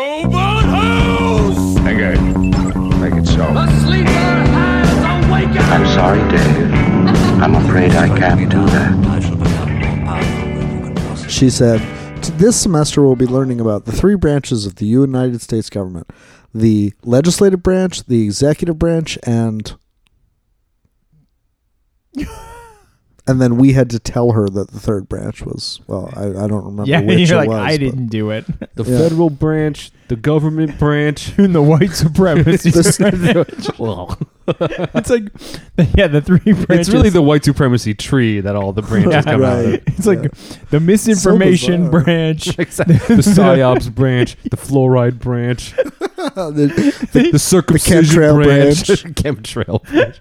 Noble House! Engage. Make it so. The sleeper has awakened! I'm sorry, Dave. I'm afraid I can't do that. She said, "T- This semester we'll be learning about the three branches of the United States government the legislative branch, the executive branch, and. And then we had to tell her that the third branch was, well, I, I don't remember Yeah, which you're like, it was. I but- didn't do it. The Yeah. federal branch, the government branch. In the white supremacy. This- well, it's like, yeah, the three branches. it's really the white supremacy tree that all the branches come out of. Right. It's like the misinformation bizarre. branch. Exactly. The psyops branch, the fluoride branch, The- the, circumcision chemtrail branch, branch. chemtrail, branch.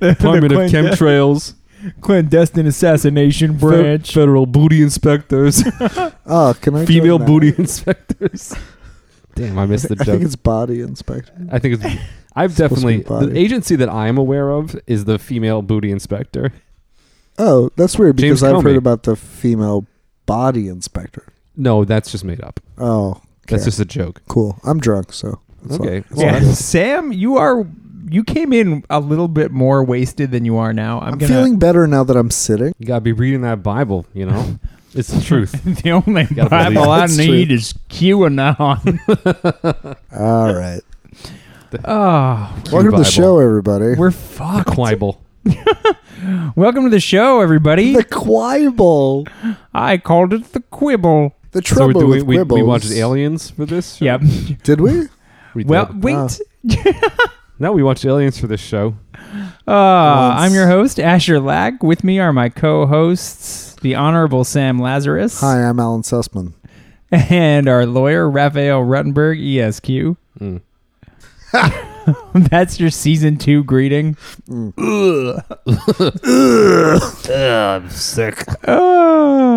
the Department of clan- Chemtrails, clandestine assassination Fe- branch. federal booty inspectors, oh, can I join female that? booty inspectors. Damn, I missed the I think joke. it's body inspector. I think it's. I've supposed to be definitely the body. agency that I'm aware of is the female booty inspector. Oh, that's weird James because I've Comey. heard about the female body inspector. No, that's just made up. Oh, okay. That's just a joke. cool. I'm drunk, so that's all- Okay. that's all I Yeah, know. Sam, you are you came in a little bit more wasted than you are now. I'm, I'm gonna, feeling better now that I'm sitting. You gotta be reading that Bible. You know, it's the truth. the only Gotta believe Bible I it's need is QAnon. All right. oh, Welcome to Bible. the show, everybody. we're fucked. Bible. Welcome to the show, everybody. the quibble. I called it the quibble. The So we, trouble do we, with we, we quibbles. watched Aliens for this. Yep. Did we? We did. Well, wait. Ah. no, we watched Aliens for this show. Uh, I'm your host, Asher Lack. With me are my co-hosts, the Honorable Sam Lazarus Hi, I'm Alan Sussman. and our lawyer, Raphael Ruttenberg, E ESQ. Hmm. Mm. That's your season two greeting. I'm sick. Ah,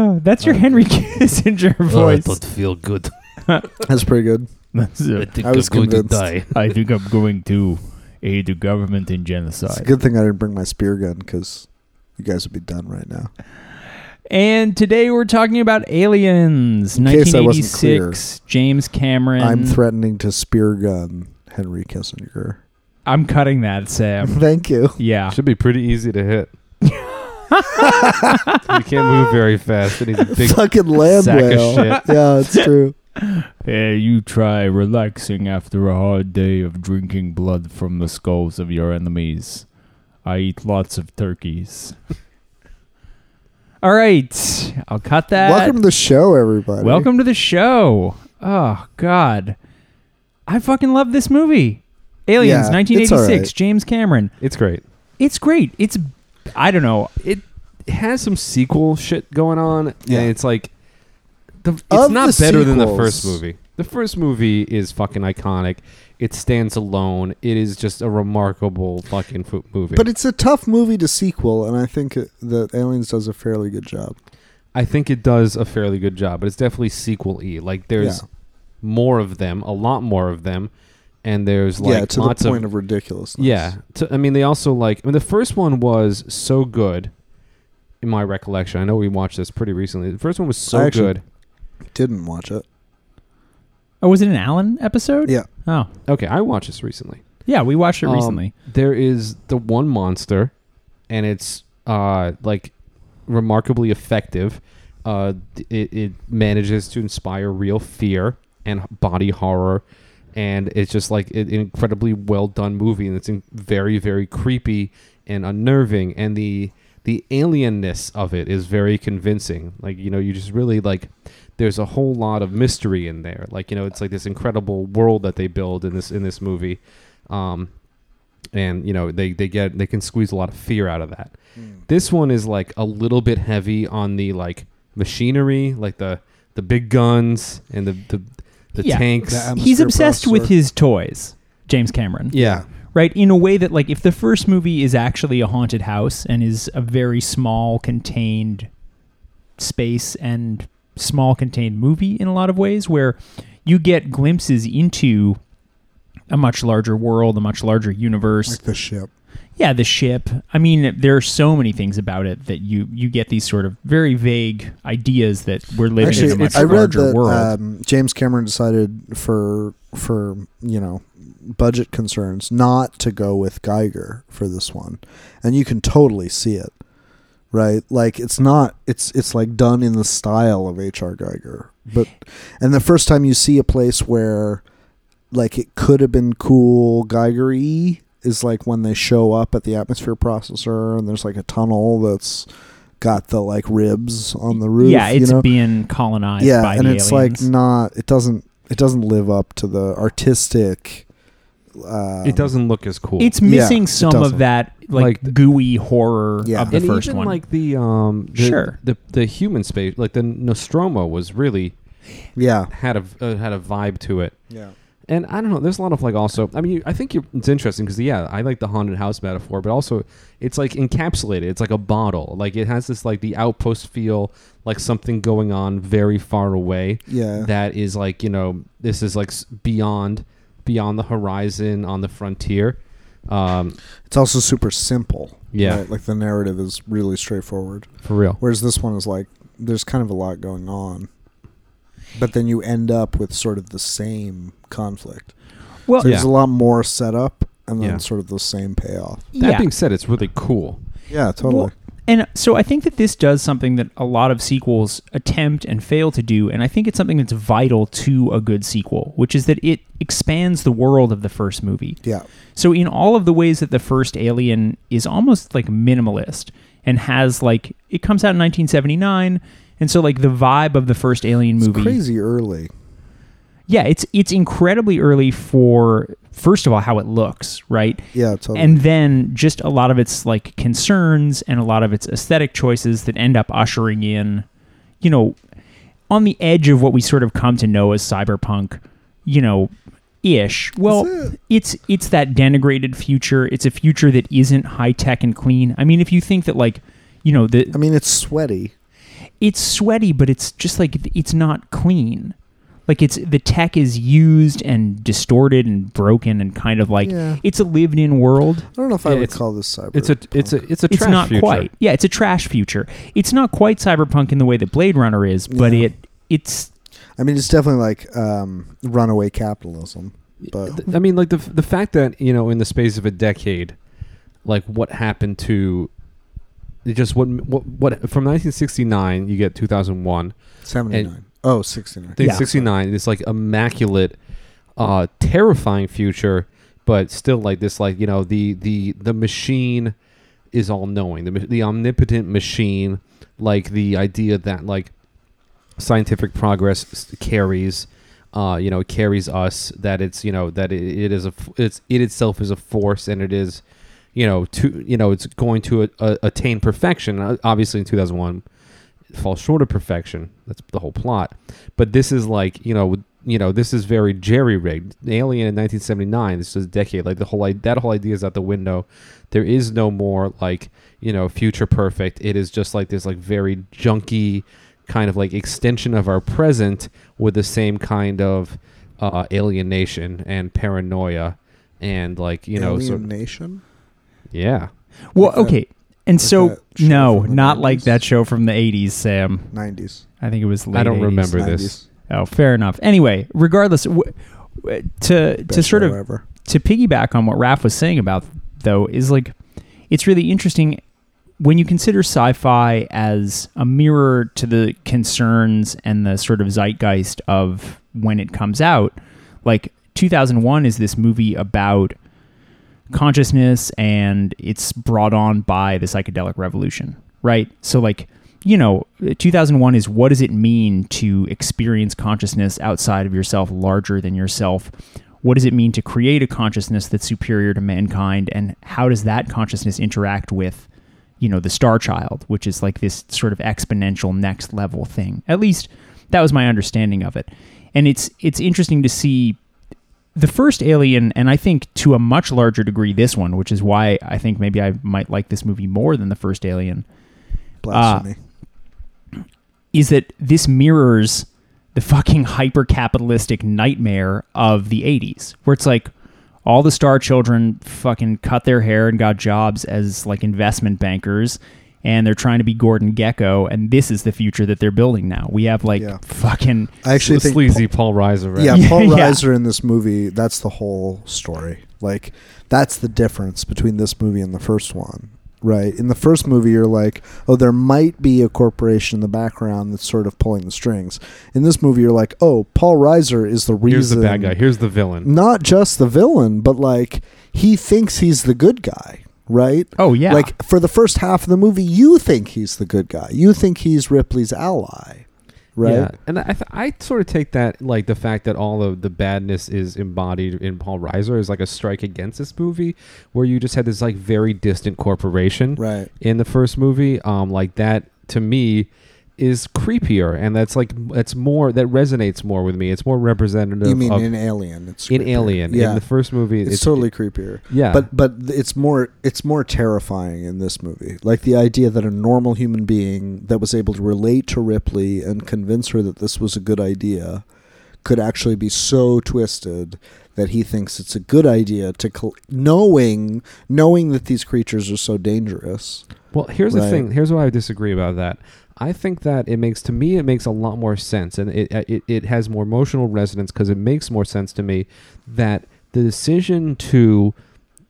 Oh, that's your Henry Kissinger Oh, voice. feel good. That's pretty good. I think I was I'm going to convinced. die. I think I'm going to aid the government in It's a genocide. good thing I didn't bring my spear gun because you guys would be done right now. and today we're talking about Aliens, In case I wasn't 1986, James Cameron. I'm threatening to spear gun Henry Kissinger. I'm cutting that, Sam. Thank you. yeah. Should be pretty easy to hit. you can't move very fast, and he's a big Fucking land sack whale. of shit. Yeah, it's true. Hey, you try relaxing after a hard day of drinking blood from the skulls of your enemies. I eat lots of turkeys. All right. I'll cut that. Welcome to the show, everybody. Welcome to the show. Oh God, I fucking love this movie, Aliens, Yeah, it's all 1986, right. James Cameron. It's great. It's great. It's I don't know. It has some sequel shit going on, Yeah. and it's like the, it's Of not the better than the sequels- first movie. The first movie is fucking iconic. It stands alone. It is just a remarkable fucking fo- movie. But it's a tough movie to sequel, and I think it, that Aliens does a fairly good job. I think it does a fairly good job, but it's definitely sequel y. Like there's Yeah. more of them, a lot more of them, and there's like yeah, to lots the point of, of, ridiculousness. yeah. To, I mean, they also like. I mean, the first one was so good, in my recollection. I know we watched this pretty recently. The first one was so I actually- good. Didn't watch it. Oh, was it an Allen episode? Yeah. Oh, Okay, I watched this recently. yeah. We watched it Um, recently. There is the one monster, and it's uh like remarkably effective. Uh, th- it, it manages to inspire real fear and body horror, and it's just like an incredibly well done movie, and it's in very very creepy and unnerving, and the the alienness of it is very convincing. Like you know, you just really like. There's a whole lot of mystery in there. Like you know, it's like this incredible world that they build in this in this movie. Um, and you know they they get they can squeeze a lot of fear out of that. This one is like a little bit heavy on the like machinery, like the the big guns and the the, the Yeah. tanks. The He's atmosphere obsessed with processor. his toys, James Cameron. yeah, right? In a way that, like, if the first movie is actually a haunted house and is a very small, contained space and small, contained movie in a lot of ways, where you get glimpses into a much larger world, a much larger universe. Like the ship. Yeah, the ship. I mean, there are so many things about it that you you get these sort of very vague ideas that we're living in a Actually, much I read larger that world. um, James Cameron decided for for you know budget concerns not to go with Geiger for this one, and you can totally see it, right? Like it's not it's it's like done in the style of H.R. Geiger, but and the first time you see a place where like it could have been cool Geiger-y is like when they show up at the atmosphere processor and there's like a tunnel that's got the like ribs on the roof. yeah, it's you know? being colonized yeah, by and the it's aliens. like not. It doesn't. It doesn't live up to the artistic. Um, it doesn't look as cool. it's Yeah, missing it some doesn't. of that like, Like- gooey horror Yeah. of the and first even one. like the um the, Sure. the the human space like the Nostromo was really um, Yeah, had a uh, had a vibe to it. yeah. And I don't know. There's a lot of like also. I mean, you, I think you it's interesting because yeah, I like the haunted house metaphor, but also it's like encapsulated. It's like a bottle. Like it has this like the outpost feel, like something going on very far away. Yeah. That is like you know this is like s- beyond beyond the horizon on the frontier. Um, It's also super simple. Yeah. right? like the narrative is really straightforward. for real. Whereas this one is like there's kind of a lot going on, but then you end up with sort of the same conflict. well, So there's Yeah. a lot more setup and then Yeah. sort of the same payoff. That yeah. being said, it's really cool. Yeah, totally. Well, and so I think that this does something that a lot of sequels attempt and fail to do, and I think it's something that's vital to a good sequel, which is that it expands the world of the first movie. yeah. So in all of the ways that the first Alien is almost like minimalist and has like it comes out in 1979, and so like the vibe of the first Alien It's movie crazy early. yeah, it's it's incredibly early for first of all how it looks, right? Yeah, totally. And then just a lot of its like concerns and a lot of its aesthetic choices that end up ushering in, you know, on the edge of what we sort of come to know as cyberpunk, you know, ish. Well, Is it? it's it's that denigrated future. It's a future that isn't high tech and clean. I mean, if you think that like, you know, the I mean, it's sweaty. it's sweaty, but it's just like it's not clean. Like it's the tech is used and distorted and broken and kind of like Yeah. it's a lived in world. I don't know if I Yeah, would it's- call this cyber. It's a it's a it's a It's trash not future. quite. Yeah, it's a trash future. It's not quite cyberpunk in the way that Blade Runner is, but Yeah. it it's I mean, it's definitely like um, runaway capitalism. But Th- I mean, like the f- the fact that you know, in the space of a decade, like what happened to, it just what what what from 1969 you get 2001, 79. Oh, 69. then Yeah. 69 it's like immaculate, uh, terrifying future, but still like this like you know the the the machine is all knowing the ma- the omnipotent machine, like the idea that like scientific progress s- carries uh, you know it carries us that it's you know that it, it is a f- it's it itself is a force and it is you know to you know it's going to a, a, attain perfection Uh, obviously in 2001 it falls short of perfection that's the whole plot but this is like you know with- you know this is very jerry rigged alien in 1979 this is a decade like the whole i- that whole idea is out the window there is no more like you know future perfect it is just like this like very junky kind of like extension of our present with the same kind of uh, alienation and paranoia and like you know sort of, Alienation? yeah well Like that- okay. And so that show no, from the not like 90s? that show from the 80s, Sam. 90s. I think it was late I don't 80s. remember this 90s. Oh, fair enough. Anyway, regardless w- w- to to Best sort show of ever. uh, to piggyback on what Raph was saying about though is like it's really interesting when you consider sci-fi as a mirror to the concerns and the sort of zeitgeist of when it comes out like 2001 is this movie about consciousness and it's brought on by the psychedelic revolution right so like you know 2001 is what does it mean to experience consciousness outside of yourself larger than yourself what does it mean to create a consciousness that's superior to mankind and how does that consciousness interact with you know the star child which is like this sort of exponential next level thing at least that was my understanding of it and it's it's interesting to see the first alien and i think to a much larger degree this one which is why i think maybe i might like this movie more than the first alien Blasphemy. is that this mirrors the fucking hyper capitalistic nightmare of the 80s, where it's like, all the star children fucking cut their hair and got jobs as like investment bankers and they're trying to be Gordon Gecko and this is the future that they're building now. We have like Yeah. fucking I actually The think sleazy Paul, Reiser. Right? Yeah, Yeah, Paul yeah. Reiser in this movie, that's the whole story. Like, that's the difference between this movie and the first one, right? In the first movie, you're like, oh, there might be a corporation in the background that's sort of pulling the strings. In this movie, you're like, oh, Paul Reiser is the reason. Here's the bad guy. Here's the villain. Not just the villain, but like, he thinks he's the good guy, right? Oh yeah. Like, for the first half of the movie, you think he's the good guy. You think he's Ripley's ally, right? Yeah, and I, th- I sort of take that like the fact that all of the badness is embodied in Paul Reiser is like a strike against this movie, where you just had this like very distant corporation Right. in the first movie. Um, like that to me is creepier, and that's like that's more that resonates more with me. It's more representative. You mean of, in Alien? It's in creepier. Alien? Yeah. In the first movie, it's, totally creepier. Yeah. but but it's more it's more terrifying in this movie. Like the idea that a normal human being that was able to relate to Ripley and convince her that this was a good idea could actually be so twisted that he thinks it's a good idea to col- knowing knowing that these creatures are so dangerous. Well, here's the Right. thing. Here's why I disagree about that. I think that it makes to me it makes a lot more sense, and it it, it has more emotional resonance because it makes more sense to me that the decision to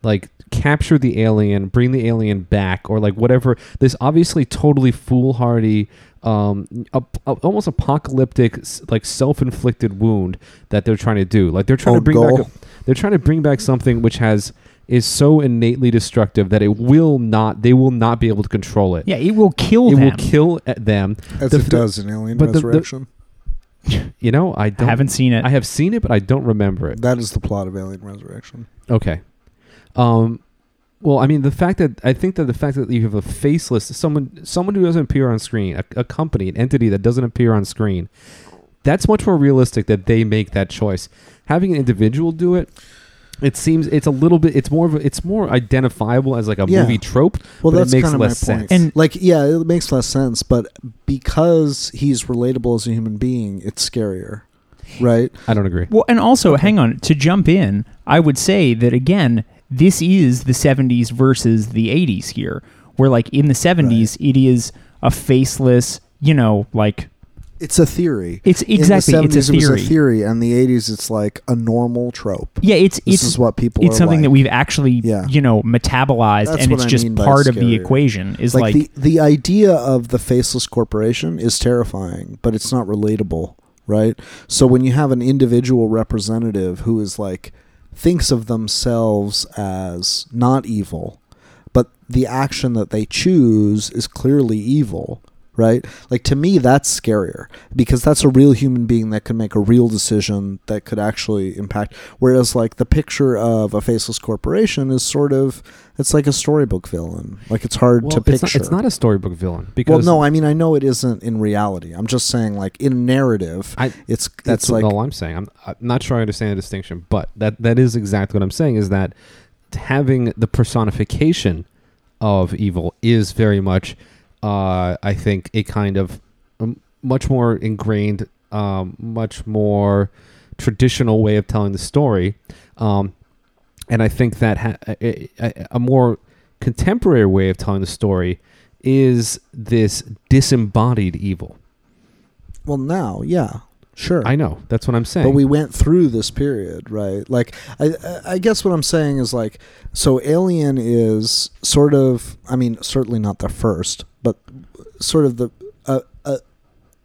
like capture the alien, bring the alien back, or like whatever this obviously totally foolhardy, um, ap- ap- almost apocalyptic, s- like self-inflicted wound that they're trying to do. Like they're trying to Own bring back Oh, goal. a, they're trying to bring back something which has is so innately destructive that it will not they will not be able to control it. yeah, it will kill it them. will kill uh, them. As The- it does in Alien but the- the- Resurrection. You know, I I don't haven't seen it. I have seen it, but I don't remember it. that is the plot of Alien Resurrection. Okay. Um, well, I mean, the fact that I think that the fact that you have a faceless someone, someone who doesn't appear on screen, a, a company, an entity that doesn't appear on screen, that's much more realistic that they make that choice. Having an individual do it, it seems it's a little bit, it's more of, a, it's more identifiable as like a Yeah. movie trope. Well, but that's it makes kind of less my sense. point. And- like, yeah, it makes less sense, but because he's relatable as a human being, it's scarier, right? I don't agree. Well, and also, hang on, to jump in, I would say that again, this is the 70s versus the 80s here, where like in the 70s, it is a faceless, you know, like It's a theory. It's- E, exactly, In the it's a 70s, It theory. was a theory, and the '80s, it's like a normal trope. yeah, it's This it's is what people. it's are something like. that we've actually, Yeah. you know, metabolized, That's and what it's I just mean by part of the scarier. equation. Is like, like, the the idea of the faceless corporation is terrifying, but it's not relatable, right? So when you have an individual representative who is like thinks of themselves as not evil, but the action that they choose is clearly evil, right? Like to me that's scarier because that's a real human being that could make a real decision that could actually impact whereas like the picture of a faceless corporation is sort of it's like a storybook villain. Like it's hard to it's, picture. not, it's not a storybook villain well, because no, I mean I know it isn't in reality. I'm just saying like in narrative I- it's That's it's like all I'm saying. I'm, I'm not sure I understand the distinction, but that that is exactly what I'm saying. Is that having the personification of evil is very much, uh, I think, a kind of um, much more ingrained, um, much more traditional way of telling the story, um, and I think that ha- a, a, a more contemporary way of telling the story is this disembodied evil. well now, yeah. Sure. I know that's what I'm saying. But we went through this period, right? Like, I, I- I guess what I'm saying is like, so Alien is sort of, I mean, certainly not the first, but sort of the a a,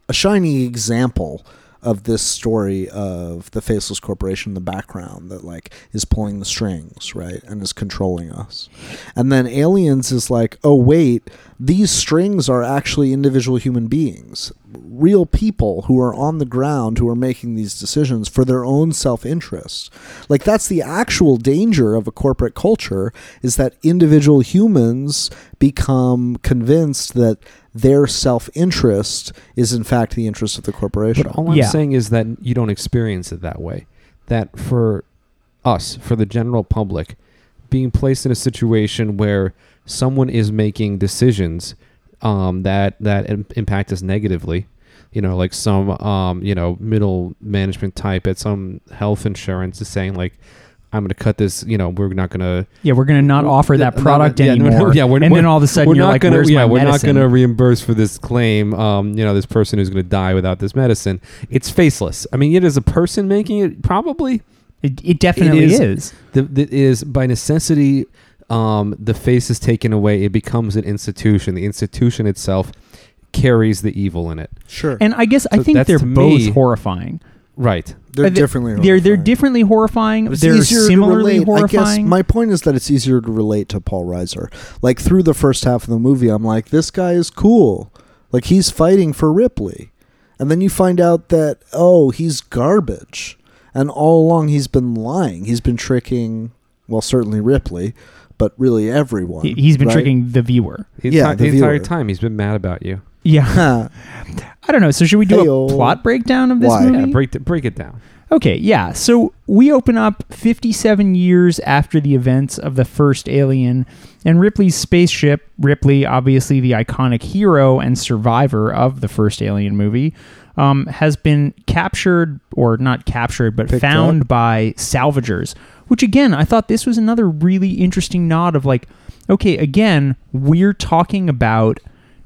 a shining example of this story of the faceless corporation in the background that like is pulling the strings right and is controlling us and then aliens is like oh wait these strings are actually individual human beings real people who are on the ground who are making these decisions for their own self-interest like that's the actual danger of a corporate culture is that individual humans become convinced that their self-interest is in fact the interest of the corporation But all I'm Yeah. saying is that you don't experience it that way. That for us, for the general public, being placed in a situation where someone is making decisions um, that that im- impact us negatively, you know, like some um, you know middle management type at some health insurance is saying like, I'm going to cut this. You know, we're not going to Yeah, we're gonna not offer Yeah, that no, product no, yeah, no, no, anymore. yeah, we're, and we're- then all of a sudden we're you're not like, gonna, "Where's yeah, my we're medicine?" not going to reimburse for this claim. Um, you know, this person who's going to die without this medicine. It's faceless. I mean, it is a person making it. Probably It, it definitely is. is. the, the it is by necessity. Um, the face is taken away. It becomes an institution. The institution itself carries the evil in it. Sure. And I guess I So think that's they're to both me- horrifying. Right. they're Uh, differently. They're they're horrifying. differently horrifying. It's They're easier to similarly relate. horrifying. I guess my point is that it's easier to relate to Paul Reiser. Like through the first half of the movie, I'm like, this guy is cool. Like he's fighting for Ripley, and then you find out that oh, he's garbage, and all along he's been lying. He's been tricking, well, certainly Ripley, but really everyone. He- He's been right? tricking the viewer. The Yeah, enti- the the entire viewer. time he's been mad about you. Yeah, Huh. I don't know. So should we do Heyo. a plot breakdown of this Why? movie? Yeah, break th- break it down. Okay, yeah. So we open up 57 years after the events of the first Alien, and Ripley's spaceship, Ripley, obviously the iconic hero and survivor of the first Alien movie, um, has been captured, or not captured, but Picked found up. by salvagers. Which, again, I thought this was another really interesting nod of like, okay, again, we're talking about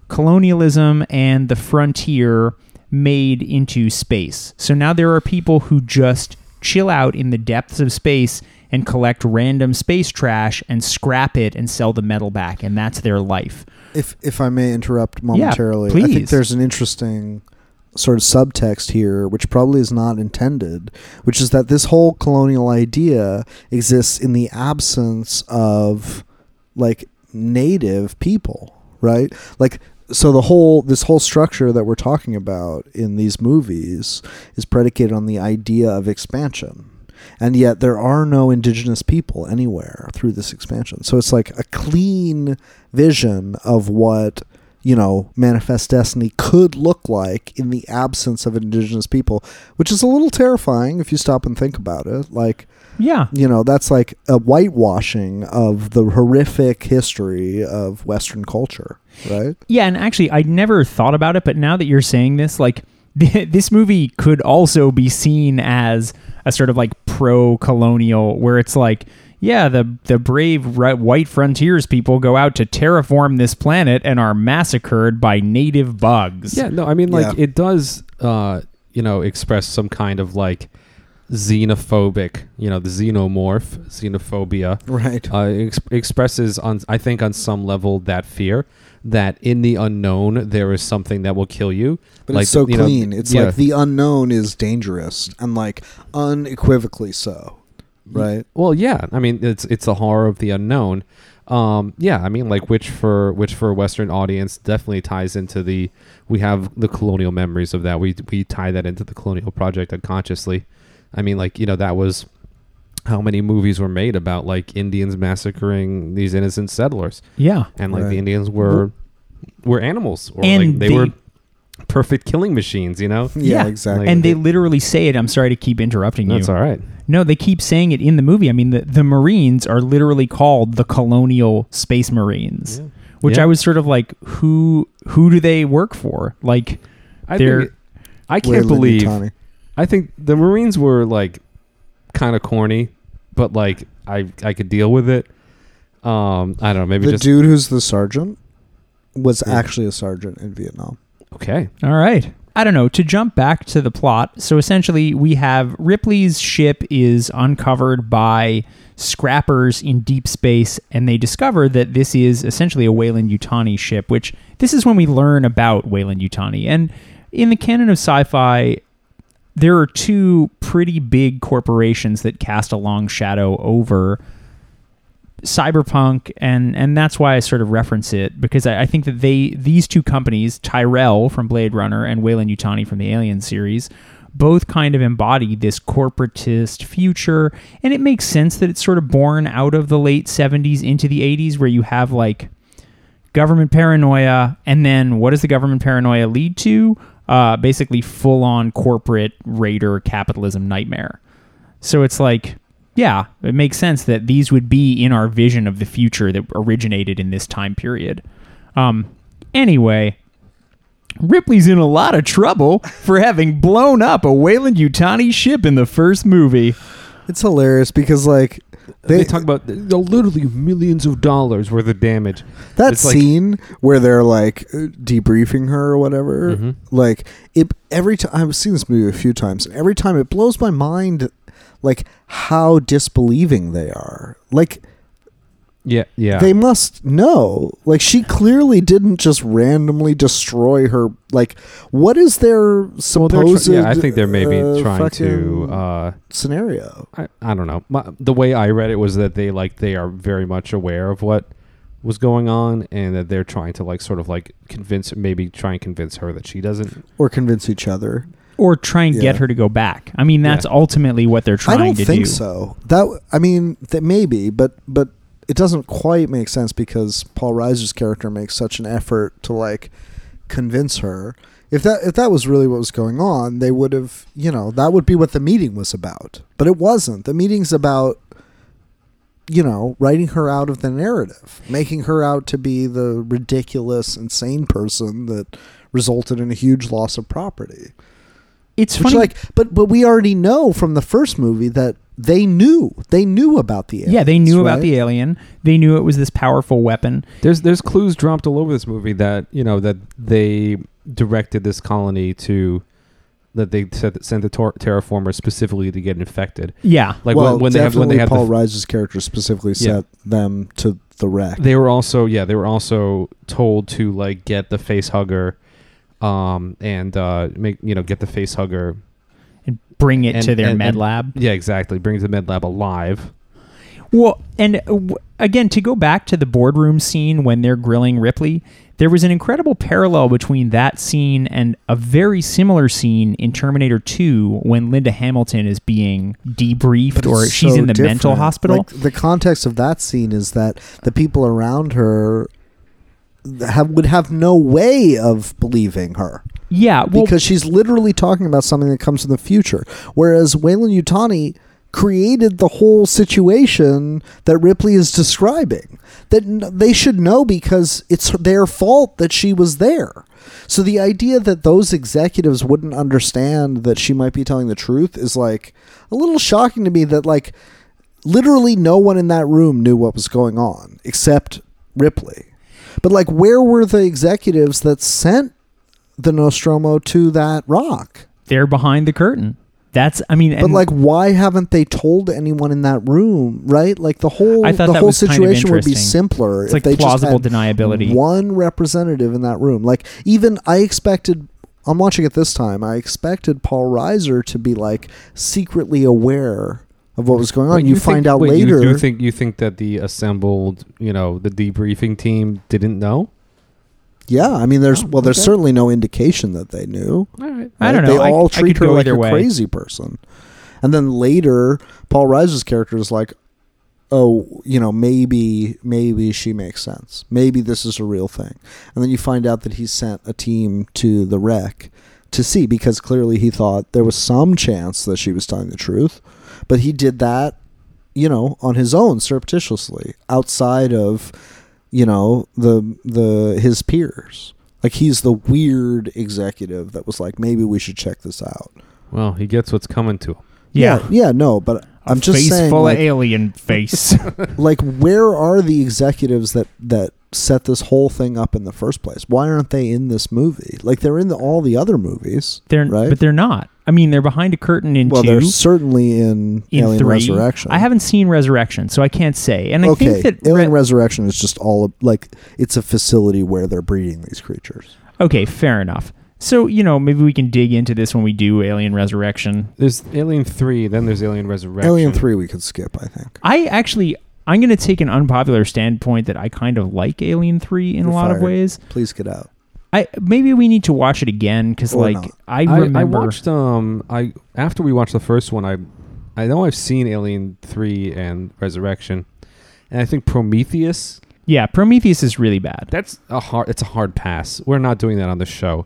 colonialism and the frontier made into space. So now there are people who just chill out in the depths of space and collect random space trash and scrap it and sell the metal back, and that's their life. If if I may interrupt momentarily, I think please. there's an interesting sort of subtext here, which probably is not intended, which is that this whole colonial idea exists in the absence of like native people, right? Like so the whole this whole structure that we're talking about in these movies is predicated on the idea of expansion. And yet there are no indigenous people anywhere through this expansion. So it's like a clean vision of what, you know, manifest destiny could look like in the absence of indigenous people, which is a little terrifying if you stop and think about it. Like Yeah. you know that's like a whitewashing of the horrific history of western culture right Yeah, and actually, I never thought about it, but now that you're saying this, like, this movie could also be seen as a sort of like pro colonial, where it's like, yeah, the, the brave ri- white frontiers people go out to terraform this planet and are massacred by native bugs. Yeah, no, I mean, like, Yeah. it does, uh, you know, express some kind of like xenophobic, you know, the xenomorph, xenophobia. right Uh, it ex- expresses on, I think, on some level that fear that in the unknown there is something that will kill you. but it's so you know, clean it's yeah. like the unknown is dangerous and like unequivocally so right Well, yeah, I mean, it's it's the horror of the unknown. Um, yeah, I mean, like which for which for a Western audience definitely ties into the we have the colonial memories of that. We we tie that into the colonial project unconsciously. I mean, like you know that was how many movies were made about like Indians massacring these innocent settlers, Yeah. and like Right. the Indians were were animals, or And like they they- were perfect killing machines. You know, yeah, exactly And they literally say it. I'm sorry to keep interrupting you. that's all right. No, they keep saying it in the movie. I mean, the, the Marines are literally called the Colonial Space Marines, which Yeah. I was sort of like, who who do they work for? Like, I They're- think I Where can't Lenny believe. Tani- I think the Marines were like kind of corny, but like I I could deal with it. Um, I don't know, maybe the just dude who's the sergeant was Yeah. actually a sergeant in vietnam okay. all right. I don't know. To jump back to the plot, so essentially we have Ripley's ship is uncovered by scrappers in deep space, and they discover that this is essentially a Wayland Utani ship, which this is when we learn about Wayland Utani. And in the canon of sci fi, there are two pretty big corporations that cast a long shadow over cyberpunk and and that's why i sort of reference it because i, I think that they these two companies tyrell from blade runner and wayland utani from the alien series both kind of embody this corporatist future and it makes sense that it's sort of born out of the late 70s into the 80s where you have like government paranoia and then what does the government paranoia lead to uh, basically full-on corporate raider capitalism nightmare so it's like yeah it makes sense that these would be in our vision of the future that originated in this time period um, anyway ripley's in a lot of trouble for having blown up a wayland utani ship in the first movie It's hilarious because like They, they, talk about th- literally millions of dollars worth of damage. that it's like- scene where they're like debriefing her or whatever. Mhm. Like it every time I've seen this movie a few times, and every time it blows my mind, like how disbelieving they are. Like Yeah, yeah. they must know. Like she clearly didn't just randomly destroy her. Like what is their Well, supposed? they're tr- yeah, I think they're maybe uh, trying to. fucking Uh, scenario. I, I don't know. My, the way I read it was that they like they are very much aware of what was going on, and that they're trying to like sort of like convince, maybe try and convince her that she doesn't. or convince each other. or try and get Yeah. her to go back. I mean, that's Yeah. ultimately what they're trying I don't to think do. so. That I mean, that maybe, but but it doesn't quite make sense because Paul Reiser's character makes such an effort to like convince her. If that if that was really what was going on, they would have, you know, that would be what the meeting was about. But it wasn't. The meeting's about you know, writing her out of the narrative, making her out to be the ridiculous, insane person that resulted in a huge loss of property. It's Which, funny. like, but but we already know from the first movie that they knew they knew about the aliens, yeah, they knew about right? the alien. They knew it was this powerful weapon. There's there's clues dropped all over this movie that you know that they directed this colony to, that they said sent the tor- terraformers specifically to get infected. Yeah. Like well, when, when they have when definitely they have the Paul Reiser's character specifically Yeah. sent them to the wreck. they were also yeah they were also told to like get the face hugger um and uh make you know get the face hugger And bring it And- to their and- med and- lab. yeah exactly bring it to the med lab alive Well, and uh, w- again, to go back to the boardroom scene when they're grilling Ripley, there was an incredible parallel between that scene and a very similar scene in Terminator 2 when Linda Hamilton is being debriefed But or it's she's so in the mental different. hospital. Like, the context of that scene is that the people around her have would have no way of believing her. yeah, well, because she's literally talking about something that comes in the future. Whereas Wayland Utani created the whole situation that Ripley is describing. That n- they should know because it's their fault that she was there. So the idea that those executives wouldn't understand that she might be telling the truth is like a little shocking to me that like literally no one in that room knew what was going on except Ripley. But like where were the executives that sent the Nostromo to that rock. they're behind the curtain. That's, I mean, But and- like, why haven't they told anyone in that room? Right? Like the whole I thought the that whole was kind of situation would be interesting. simpler It's if like they plausible just had deniability. One representative in that room. Like even I expected. I'm watching it this time. I expected Paul Reiser to be like secretly aware of what was going on. Wait, you, think- find out wait, you- later. you, think you think that the assembled you know the debriefing team didn't know yeah, I mean, there's Oh, well, there's okay. certainly no indication that they knew. all right I don't Right? know. They I- all I could treat her go like either a way. crazy person. And then later, Paul Reiser's character is like, "Oh, you know, maybe, maybe she makes sense. Maybe this is a real thing." And then you find out that he sent a team to the wreck to see because clearly he thought there was some chance that she was telling the truth, but he did that, you know, on his own surreptitiously outside of, you know, the the his peers. Like he's the weird executive that was like, maybe we should check this out. well he gets what's coming to him yeah. yeah, no, but A I'm just face saying, full like, of alien face. like, where are the executives that that set this whole thing up in the first place? Why aren't they in this movie? Like they're in the, all the other movies, They're, right? But they're not. I mean, they're behind a curtain in well, two. they're certainly in, in Alien three. Resurrection. I haven't seen Resurrection, so I can't say. And I okay, think that Alien Re- Resurrection is just all of- like it's a facility where they're breeding these creatures. okay, fair enough. So you know, maybe we can dig into this when we do Alien Resurrection. there's alien 3 then there's alien resurrection Alien Three, we could skip, I think. I actually, I'm going to take an unpopular standpoint that I kind of like Alien Three in You're a lot of fired. ways. Please get out. I maybe we need to watch it again because Or like not. I I, remember. I watched um I after we watched the first one I I know I've seen Alien three and Resurrection, and I think Prometheus yeah, Prometheus is really bad. that's a hard it's a hard pass. We're not doing that on the show.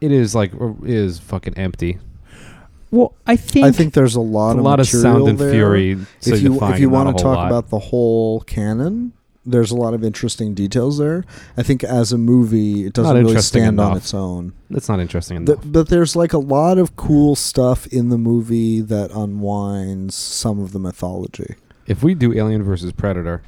It is like it is fucking empty. well, I think. I think there's a lot It's a of lot of material sound and there. fury. if you if you want to talk lot. about the whole canon, there's a lot of interesting details there. I think as a movie, it doesn't Not really interesting stand on enough. its own. That's not interesting enough. Th- but there's like a lot of cool stuff in the movie that unwinds some of the mythology. if we do Alien versus Predator,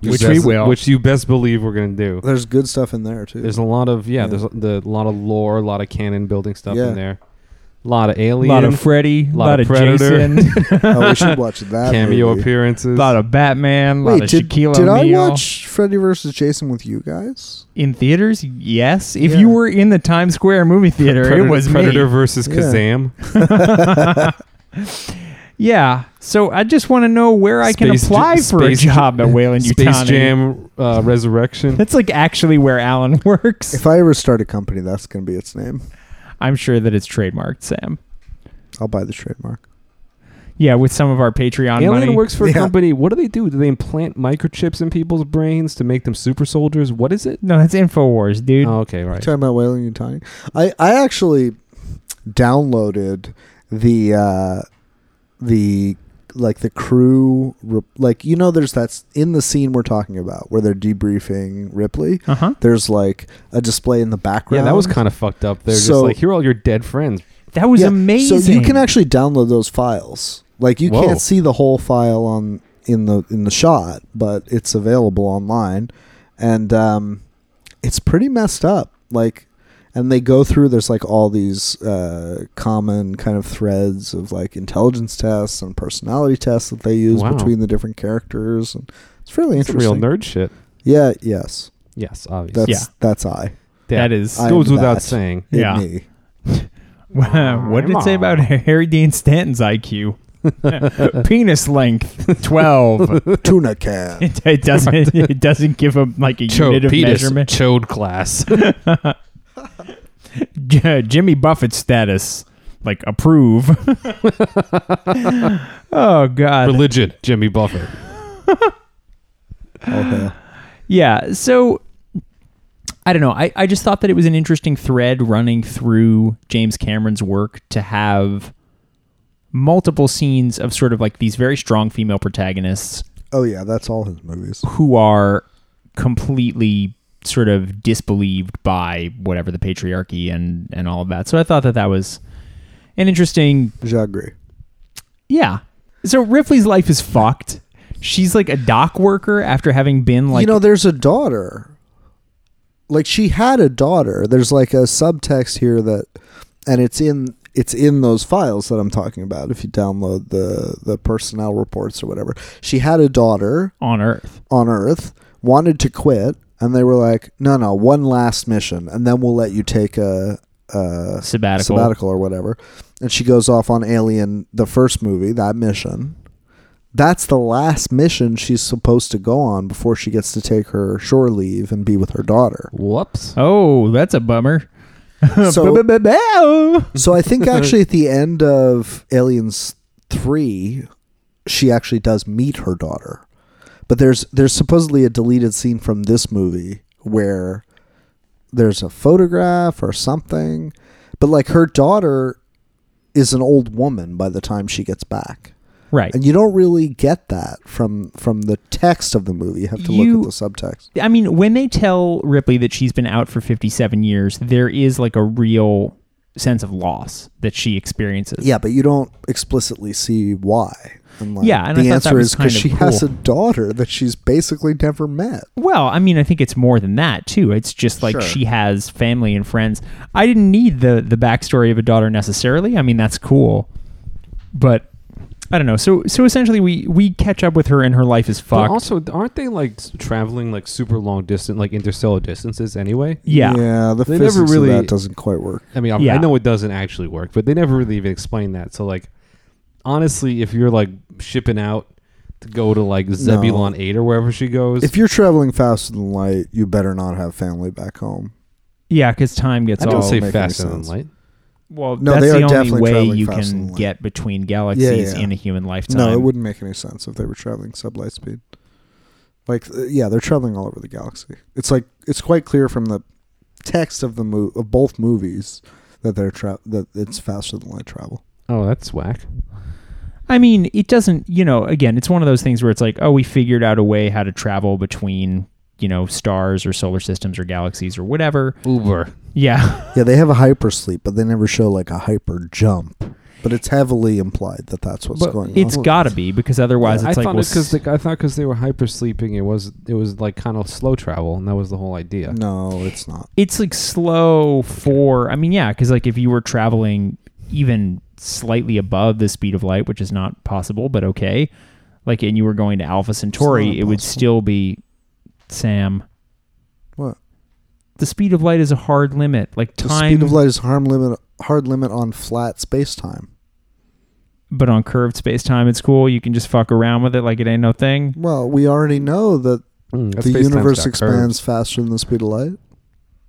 you Which best- we will. which you best believe we're gonna do. There's good stuff in there too. There's a lot of yeah, Yeah. There's a the, lot of lore, a lot of canon building stuff Yeah. in there. A lot of alien, A lot of Freddy, a Lot lot of of Predator. Jason, oh, we should watch that cameo movie. a appearances. lot of Batman, a lot Wait, of did, Shaquille did I O'Neal. watch Freddy vs. Jason with you guys? in theaters? Yes. If Yeah. you were in the Times Square movie theater, Predator, it was Predator me. versus Yeah. Kazam. Yeah. So I just want to know where I can Space J- apply for a Space J- job at Wayland Space Utani. Jam uh, Resurrection. That's like actually where Alan works. If I ever start a company, that's going to be its name. I'm sure that it's trademarked, Sam. I'll buy the trademark. Yeah, with some of our Patreon Alien money. works for a Yeah. company. What do they do? Do they implant microchips in people's brains to make them super soldiers? What is it? No, that's Infowars, dude. Oh, okay, right. Talking about Whaling Utani, I I actually downloaded the uh, the like the crew re- like you know there's that's in the scene we're talking about where they're debriefing Ripley. Uh huh. There's like a display in the Yeah, background. that was kind of fucked up. They're just So- like, here are all your dead friends. That was Yeah, amazing. So you can actually download those files. Like you Whoa. can't see the whole file on in the in the shot, but it's available online, and um, it's pretty messed up. Like, and they go through. There's like all these uh, common kind of threads of like intelligence tests and personality tests that they use Wow. between the different characters. And it's really It's real interesting. nerd shit. Yeah. Yes. Yes, obviously. That's Yeah. that's I. that is. I- goes am without that. saying. in Yeah. Me. what did it say about Harry Dean Stanton's IQ? Penis length twelve. Tuna can. it, it doesn't. It doesn't give a like a unit of measurement. chode class. J- Jimmy Buffett status, like approve. oh God. Religion, Jimmy Buffett. Okay. Yeah. So I don't know. I, I just thought that it was an interesting thread running through James Cameron's work to have multiple scenes of sort of like these very strong female protagonists Oh yeah, that's all his movies. who are completely sort of disbelieved by whatever the patriarchy and and all of that. So I thought that that was an interesting Jagri. yeah. So Ripley's life is fucked. She's like a dock worker after having been like you know there's a daughter like she had a daughter there's like a subtext here that and it's in it's in those files that I'm talking about if you download the the personnel reports or whatever she had a daughter on Earth. on earth wanted to quit and they were like no no one last mission and then we'll let you take a, a Sabbatical. or whatever and she goes off on alien the first movie that mission that's the last mission she's supposed to go on before she gets to take her shore leave and be with her daughter Whoops. Oh, that's a bummer. so, Ba-ba-ba-bow. so i think actually at the end of aliens 3 she actually does meet her daughter but there's there's supposedly a deleted scene from this movie where there's a photograph or something but like her daughter is an old woman by the time she gets back Right. and you don't really get that from from the text of the movie you have to You- look at the subtext I mean, when they tell Ripley that she's been out for 57 years, there is like a real sense of loss that she experiences. yeah but you don't explicitly see why and like, Yeah, and I the thought answer that was is kind because of she has a cool. daughter that she's basically never met Well, I mean, I think it's more than that too. It's just like Sure. she has family and friends. I didn't need the the backstory of a daughter necessarily. I mean, that's cool, but I don't know. So so essentially, we we catch up with her and her life is But fucked. also, aren't they like s- traveling like super long distance, like interstellar distances anyway? yeah. yeah the They never physics really- of that doesn't quite work I mean, I, I Yeah. know it doesn't actually work, but they never really even explain that. So, like, honestly, if you're like shipping out to go to like Zebulon 8 or wherever she goes, if you're traveling faster than light you better not have family back home Yeah, because time gets I all. don't say make any faster than sense. light. well, No, that's they are the only definitely way traveling you faster can than light. get between galaxies yeah. in a human lifetime. no it wouldn't make any sense if they were traveling sublight speed like uh, yeah they're traveling all over the galaxy it's like it's quite clear from the text of the mo- of both movies that they're tra- that it's faster than light travel Oh, that's whack. I mean, it doesn't, you know, again, it's one of those things where it's like, oh, we figured out a way how to travel between, you know, stars or solar systems or galaxies or whatever. Uber. Yeah. Yeah, they have a hypersleep, but they never show like a hyper jump. But it's heavily implied that that's what's But going it's on. got to be because otherwise I it's like, thought well, because s- I thought because they were hypersleeping, it was it was like kind of slow travel, and that was the whole idea. No, it's not. it's like slow for, I mean, yeah, because like if you were traveling even slightly above the speed of light, which is not possible, but okay, like, and you were going to Alpha not Centauri, it would possible. still be Sam. What? The speed of light is a hard limit. Like The time. speed of light is harm limit hard limit on flat space time. but on curved space time, it's cool. You can just fuck around with it like it ain't no thing. Well, we already know that Mm, that the space-time's universe got expands faster than the speed of light.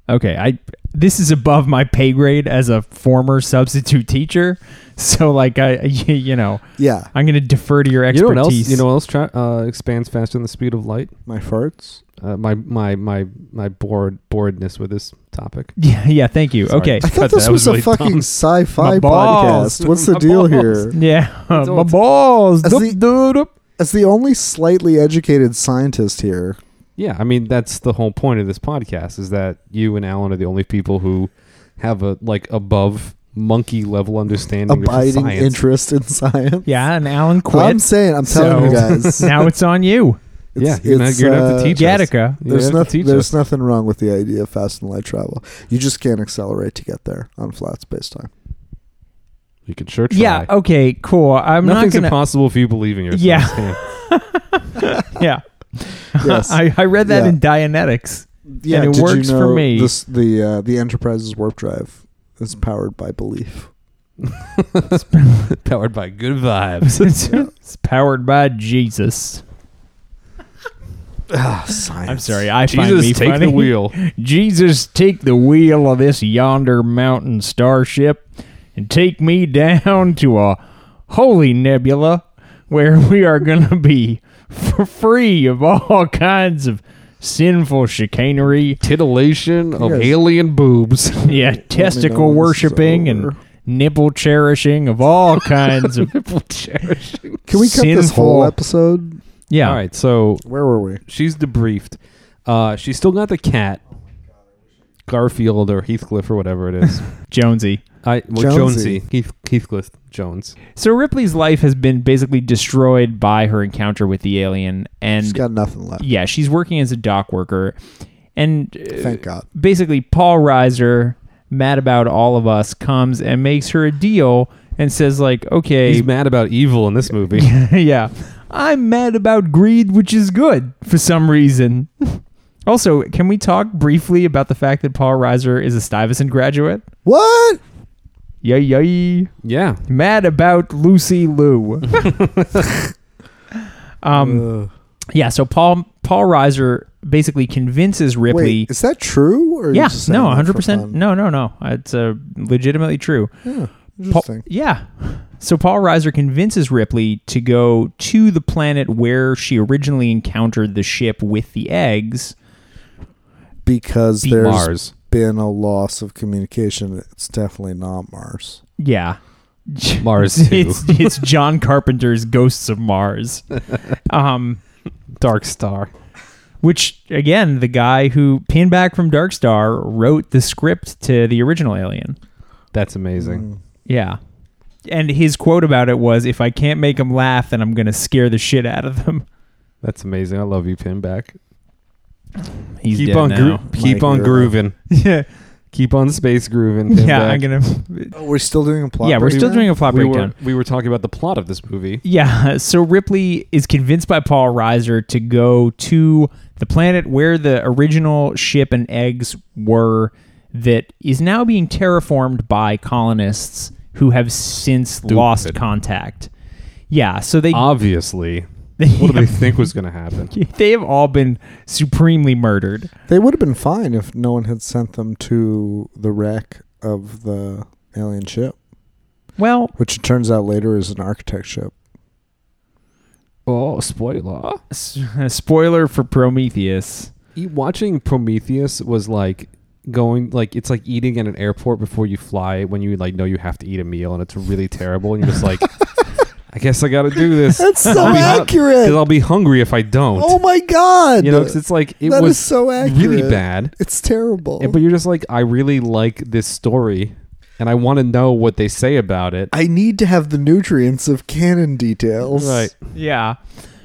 Okay, I this is above my pay grade as a former substitute teacher. So like I you, you know, Yeah, I'm going to defer to your curves. expertise. You know what else? You know what else? Tra- uh, expands faster than the speed of light. my farts. Uh, my my my my bored boredness with this topic. yeah, yeah, thank you. Sorry. Okay. I cut thought this that. was, really a fucking dumb. sci-fi My balls. podcast. What's the My deal balls. here? Yeah. all- balls. As Dup, the- dup, dup. As the only slightly educated scientist here, Yeah, I mean that's the whole point of this podcast is that you and Alan are the only people who have a like above monkey level understanding of abiding science. interest in science. Yeah, and Alan I'm quit. saying, I'm telling you So- guys. now it's on you. Yeah, It's- you're, not, it's, you're gonna have uh, to teach us. Gattaca. You're gonna There's, have to noth- teach us. there's nothing wrong with the idea of fast and light travel. You just can't accelerate to get there on flat space time. You can sure try. Yeah, okay, cool. I'm Nothing's not going impossible if you believe in yourself. Yeah. Sam. to Yeah. Yes. I, I read that Yeah. in Dianetics. Yeah, And it did you works for know me. This, the uh, the Enterprise's warp drive is powered by belief. Powered by good vibes. it's, it's powered by Jesus. science. I'm sorry, I find Jesus, me take funny. the wheel. Jesus, take the wheel of this yonder mountain starship and take me down to a holy nebula where we are going to be f- free of all kinds of sinful chicanery. Titillation of guys- alien boobs. Yeah, know testicle when this is worshiping and over. nipple cherishing of all kinds of. People cherishing. Can we cut this whole Sinful. episode? Yeah. All right, so Where were we? she's debriefed. Uh, she's still got the cat, Garfield or Heathcliff or whatever it is. Jonesy. I well, Jonesy. Jonesy, Heath, Heathcliff Jones. So Ripley's life has been basically destroyed by her encounter with the alien and She's got nothing left. yeah, she's working as a dock worker, and uh, Thank God. basically Paul Reiser, mad about all of us, comes and makes her a deal and says like, okay, He's mad about evil in this movie. yeah, I'm mad about greed, which is good for some reason. also, can we talk briefly about the fact that Paul Reiser is a Stuyvesant graduate? What? Yay, yay! yeah, Mad about Lucy Lou. um, yeah. So Paul Paul Reiser basically convinces Ripley. Wait, is that true? Or are you yeah, just saying no, that for 100%. fun? No, no, no. It's uh, legitimately true. Yeah, Paul- interesting. yeah. So Paul Reiser convinces Ripley to go to the planet where she originally encountered the ship with the eggs. because Beat there's Mars. been a loss of communication. It's definitely not Mars. Yeah. Mars too. it's, it's John Carpenter's Ghosts of Mars. Um, Dark Star. which, again, the guy who, Pinback from Dark Star, wrote the script to the original Alien. That's Hmm. amazing. Yeah. And his quote about it was, if I can't make them laugh, then I'm going to scare the shit out of them. That's amazing. I love you, Pinback. He's keep dead on now. groo- keep Mike, on you're- grooving. yeah, Keep on space grooving. yeah. Pinback. I'm gonna. Oh, we're still doing a plot. yeah, we're still breakdown? doing a plot we breakdown. were we were talking about the plot of this movie. Yeah. So Ripley is convinced by Paul Reiser to go to the planet where the original ship and eggs were, that is now being terraformed by colonists who have since lost contact. Yeah. So they Obviously, they, Ah, what do they think was going to happen? they have all been supremely murdered. They would have been fine if no one had sent them to the wreck of the alien ship, Well, which it turns out later is an architect ship. Oh, spoiler! s- uh, spoiler for Prometheus. E, Watching Prometheus was like going like it's like eating at an airport before you fly when you like know you have to eat a meal and it's really terrible and you're just like I guess I got to do this. That's so I'll be hun- accurate. 'cause I'll be hungry if I don't. Oh my god! you know, 'cause it's like it That was is so accurate. really bad. It's terrible. But you're just like, I really like this story, and I want to know what they say about it. I need to have the nutrients of canon details. Right. Yeah.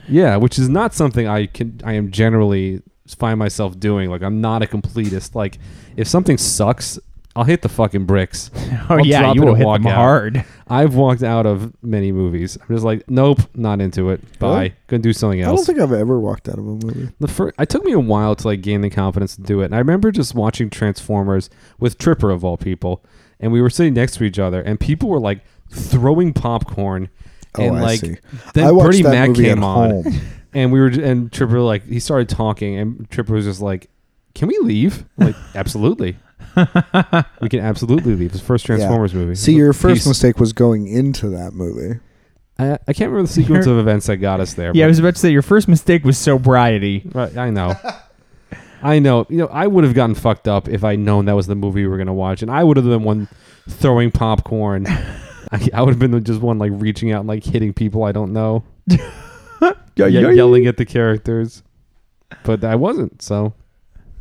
Yeah, which is not something I can. I am generally find myself doing. Like I'm not a completist. Like if something sucks, I'll hit the fucking bricks. Oh I'll yeah, drop you it will and hit walk them out. hard. I've walked out of many movies. I'm just like, nope, not into it. Bye. Really? Gonna do something I don't else. think I've ever walked out of a movie. the first, it took me a while to like gain the confidence to do it. And I remember just watching Transformers with Tripper of all people, and we were sitting next to each other, and people were like throwing popcorn. Oh, and I like see. then I Bernie watched that Mac movie came at on, home. and we were j- and Tripper like he started talking, and Tripper was just like, "Can we leave?" I'm like, absolutely. we can absolutely leave. It's the first Transformers Yeah. movie. See, your first Peace. mistake was going into that movie. I, I can't remember the sequence of events that got us there. Yeah, I but- was about to say your first mistake was sobriety. Right, I know. I know. You know, I would have gotten fucked up if I'd known that was the movie we were gonna watch, and I would have been one throwing popcorn. I, I would have been the- just one like reaching out and like hitting people I don't know, ye- yelling at the characters. But I wasn't, so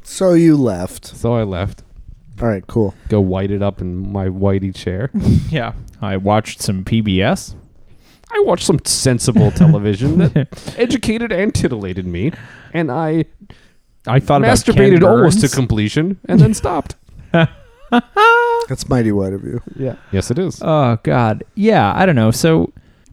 So you left. so I left. All right, cool. Go white it up in my whitey chair. Yeah. I watched some PBS. I watched some sensible television that educated and titillated me, and I I thought about Ken masturbated almost to Burns. completion and then stopped. That's mighty white of you. yeah, yes, it is. Oh God. Yeah. I don't know. So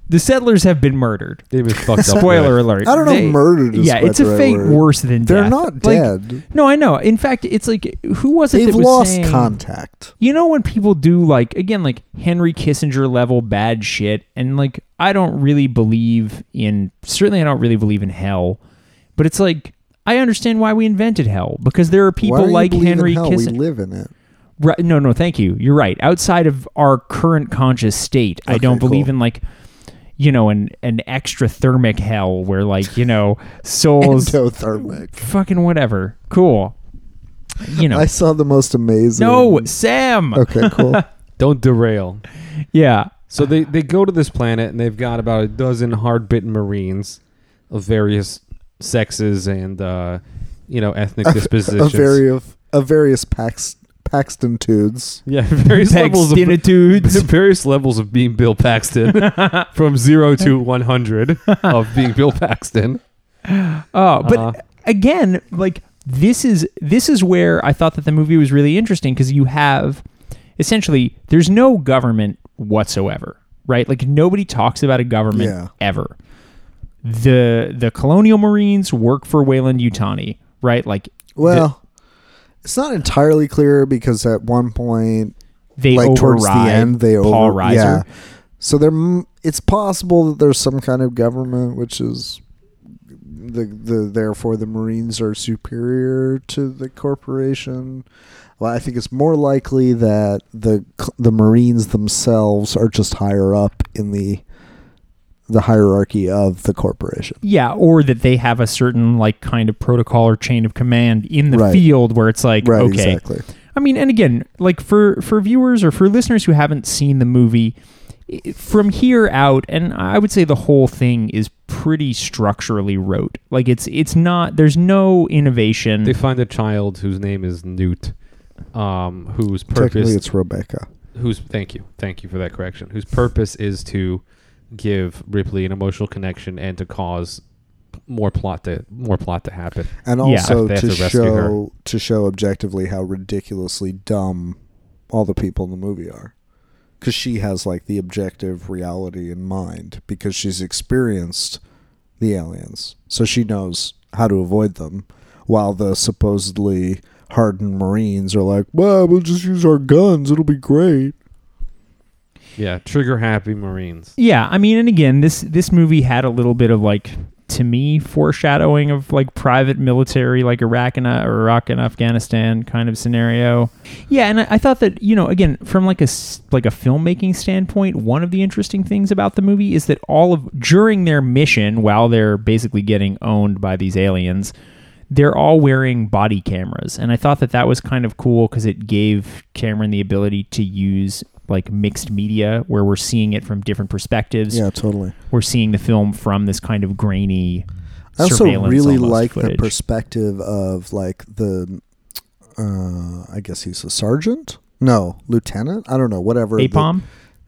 the settlers have been murdered. They've been fucked up. Spoiler alert. I don't know if They- murdered is Yeah, quite it's a the right fate word. worse than They're death. not Like, dead. No, I know. In fact, it's like who was it They've that was lost saying- contact. You know when people do like again like Henry Kissinger level bad shit and like I don't really believe in certainly I don't really believe in hell, but it's like I understand why we invented hell because there are Why people do you like believe in Henry hell? Kissinger. We live in it. Right. No, no, thank you. You're right. Outside of our current conscious state, I Okay, don't believe cool. in like, you know, an an extra thermic hell where like you know souls Endothermic. fucking whatever. Cool. You know. uh, I saw the most amazing. no, Sam. Okay, cool. Don't derail. Yeah. So they, they go to this planet and they've got about a dozen hard bitten Marines of various sexes and uh, you know ethnic a dispositions. very of a various Pax, Paxtontudes. yeah, various levels of Paxtinitudes. various levels of being Bill Paxton from zero to one hundred of being Bill Paxton. Oh, but Uh-huh. again, like this is this is where I thought that the movie was really interesting because you have essentially there's no government whatsoever, right? Like nobody talks about a government Yeah. ever. The the colonial marines work for Wayland Utani, right? Like Well, it's not entirely clear because at one point, they like towards the override end, they Paul over Reiser. yeah. So there, m- it's possible that there's some kind of government which is the the therefore the Marines are superior to the corporation. Well, I think it's more likely that the c- the Marines themselves are just higher up in the the hierarchy of the corporation. Yeah, or that they have a certain like kind of protocol or chain of command in the Right. field where it's like Right, okay, exactly. I mean, and again, like for for viewers or for listeners who haven't seen the movie, i- from here out, and I would say the whole thing is pretty structurally rote. Like it's it's not there's no innovation. They find a child whose name is Newt, um, whose Technically, purpose it's Rebecca. whose thank you thank you for that correction whose purpose is to give ripley an emotional connection and to cause more plot to more plot to happen and Yeah. also They have to, to rescue show her. to show objectively how ridiculously dumb all the people in the movie are because she has like the objective reality in mind because she's experienced the aliens so she knows how to avoid them while the supposedly hardened marines are like well we'll just use our guns it'll be great yeah trigger happy marines yeah, I mean, and again, this this movie had a little bit of like to me foreshadowing of like private military like Iraq and uh, Iraq and Afghanistan kind of scenario. Yeah, and I, I thought that you know again from like a s- like a filmmaking standpoint, one of the interesting things about the movie is that all of during their mission, while they're basically getting owned by these aliens, they're all wearing body cameras, and I thought that that was kind of cool because it gave Cameron the ability to use like mixed media where we're seeing it from different perspectives. Yeah, totally. We're seeing the film from this kind of grainy. I also surveillance really almost like the footage. perspective of like the, uh, I guess he's a sergeant. No, lieutenant. I don't know. Whatever. the- Apom,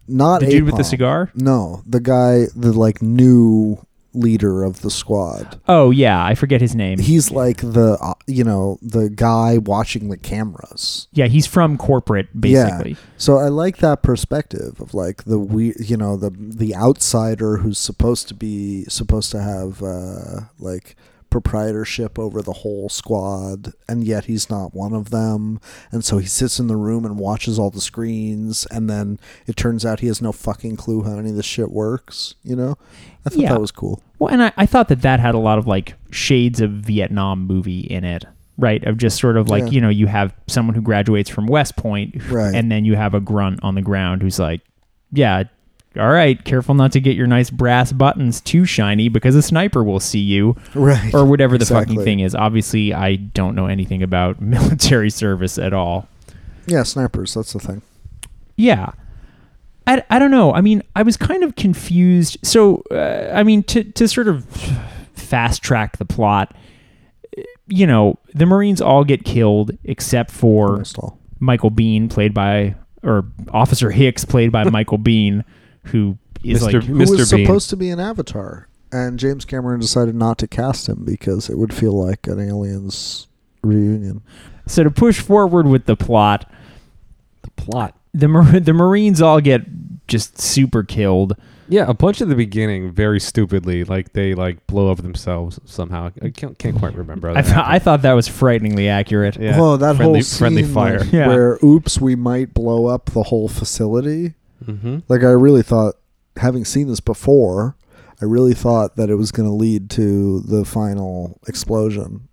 not the dude with the Apom. cigar. No, the guy, the like new leader of the squad. Oh yeah, I forget his name. He's like the uh, you know the guy watching the cameras. yeah, he's from corporate basically. So I like that perspective of like the we you know the the outsider who's supposed to be supposed to have uh, like proprietorship over the whole squad and yet he's not one of them and so he sits in the room and watches all the screens and then it turns out he has no fucking clue how any of this shit works you know i thought Yeah. that was cool Well, and I, I thought that that had a lot of like shades of Vietnam movie in it, right? Of just sort of like, Yeah. you know, you have someone who graduates from West Point, Right. and then you have a grunt on the ground who's like, yeah, all right, careful not to get your nice brass buttons too shiny because a sniper will see you right or whatever the Exactly. fucking thing is. Obviously, I don't know anything about military service at all. yeah snipers that's the thing Yeah. I, I don't know. I mean, I was kind of confused. So, uh, I mean, to, to sort of fast track the plot, you know, the Marines all get killed except for almost all Michael Bean, played by, or Officer Hicks, played by Michael Bean, who is Mr. like, Bean. who was Mr. Bean. supposed to be an avatar, and James Cameron decided not to cast him because it would feel like an aliens reunion. so to push forward with the plot, The plot. the, Mar- the Marines all get just super killed. Yeah, a bunch at the beginning, very stupidly, like they like blow up themselves somehow. I can't, can't quite remember. how I, that th- I happened. thought that was frighteningly accurate. yeah. oh, that friendly, whole scene friendly fire. like, Yeah. where oops, we might blow up the whole facility. mm-hmm. Like I really thought, having seen this before, I really thought that it was going to lead to the final explosion.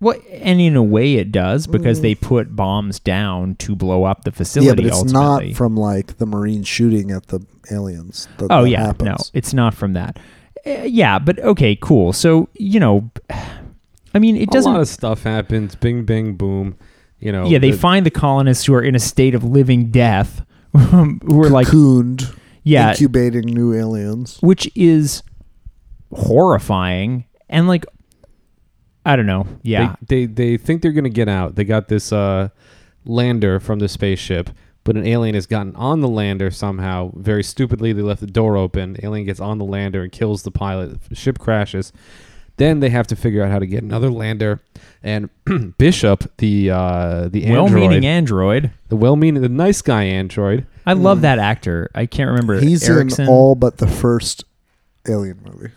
Well, and in a way it does because they put bombs down to blow up the Mm. facility. yeah, but it's ultimately. not from like the Marines shooting at the aliens. That oh that yeah, happens. no, it's not from that. Uh, yeah, but okay, cool. So you know, I mean, it A doesn't. lot of stuff happens. Bing, bang, boom. You know. yeah, they the- find the colonists who are in a state of living death, who are like, cocooned, yeah, incubating new aliens. which is horrifying and like, I don't know. Yeah, They, they they think they're gonna get out. They got this uh, lander from the spaceship, but an alien has gotten on the lander somehow. Very stupidly, they left the door open. Alien gets on the lander and kills the pilot. Ship crashes. Then they have to figure out how to get another lander. And Bishop, the uh, the android, well-meaning android. the well-meaning, the nice guy android. I love that actor. I can't remember. Mm. He's Erickson. in all but the first Alien movie,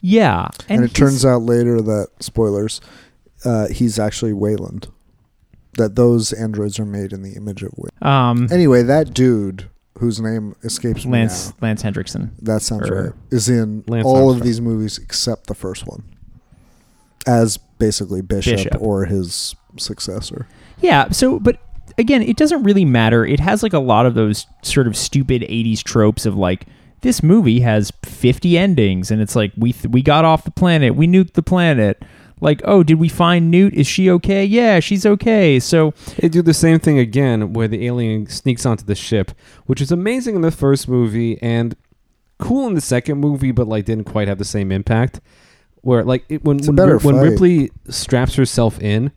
Yeah, and, and, it turns out later that spoilers, uh, he's actually Wayland. That those androids are made in the image of Wayland. Um, Anyway, that dude whose name escapes me Lance now, Lance Hendrickson. that sounds or- right, is in Lance all of Armstrong. these movies except the first one, as basically Bishop, Bishop. or his successor. Yeah. So, but again, it doesn't really matter. It has like a lot of those sort of stupid '80s tropes of like this movie has 50 endings, and it's like we th- we got off the planet, we nuked the planet. Like, oh, did we find Newt? Is she okay? Yeah, she's okay. So, They do the same thing again where the alien sneaks onto the ship, which is amazing in the first movie and cool in the second movie, but like didn't quite have the same impact. Where like it, when It's a when, better Ri- when fight. Ripley straps herself in,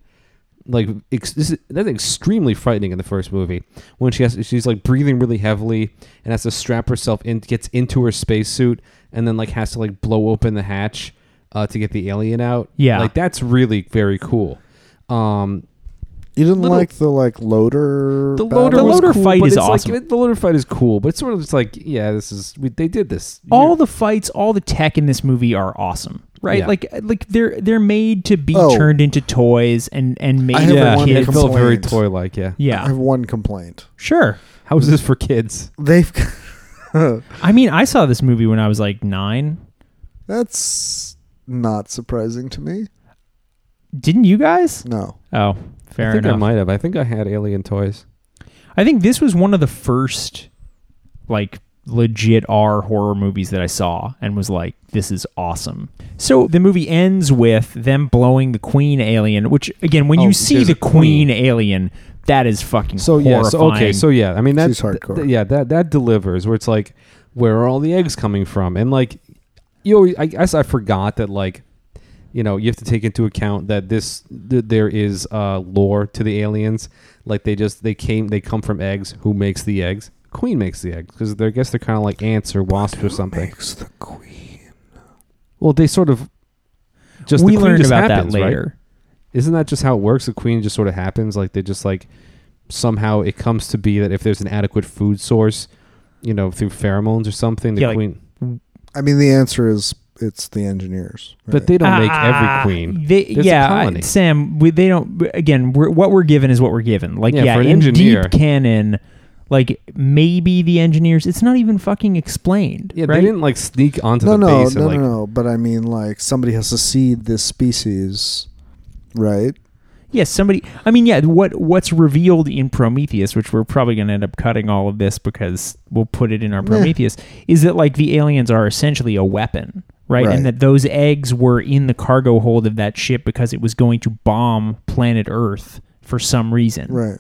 like ex- this is, that's extremely frightening in the first movie when she has she's like breathing really heavily and has to strap herself in, gets into her spacesuit and then like has to like blow open the hatch uh, to get the alien out. Yeah. like that's really very cool. Um, You didn't Little- like the like loader. the battle? loader, The was loader cool, fight but is it's like- awesome. the loader fight is cool, but it's sort of just like, yeah, this is we, they did this. all You're- the fights, all the tech in this movie are awesome, right? Yeah. Like, like they're they're made to be Oh. turned into toys and and made I for have yeah, one it kids. felt very complaint. toy like. Yeah, I Yeah, have one complaint. sure. how is this for kids? They've I mean, I saw this movie when I was like nine. That's not surprising to me. Didn't you guys? No. Oh, fair I think enough. I I, might have. I think I had alien toys. think this was one of the first like legit R horror movies that I saw and was like, this is awesome. So the movie ends with them blowing the queen alien, which again, when Oh, you see there's the a queen. queen alien, that is fucking So yeah, so, okay, horrifying. so yeah, I mean that's She's hardcore. th- yeah, that that delivers where it's like, where are all the eggs coming from? And like, you know, I guess I forgot that like, you know, you have to take into account that this th- there is uh, lore to the aliens. Like they just they came they come from eggs. Who makes the eggs? Queen makes the eggs because I guess they're kind of like ants or wasps or something. Makes the queen. Well, they sort of just the we queen learned just about happens, that right? later. isn't that just how it works? The queen just sort of happens. Like they just like somehow it comes to be that if there's an adequate food source, you know, through pheromones or something, the Yeah, like- queen. I mean, the answer is it's the engineers. But they don't make Ah, every queen. They, There's a yeah, I- colony. Sam. We, they don't. Again, we're, what we're given is what we're given. Like, yeah, Yeah, for an in engineer. deep canon, like maybe the engineers. It's not even fucking explained. Yeah, right? they didn't like sneak onto no, the no, base no, and like. no, no. But I mean, like somebody has to seed this species, right? Yeah, somebody. I mean, yeah. What what's revealed in Prometheus, which we're probably going to end up cutting all of this because we'll put it in our Prometheus, is that like the aliens are essentially a weapon, right? Right. And that those eggs were in the cargo hold of that ship because it was going to bomb planet Earth for some reason, Right.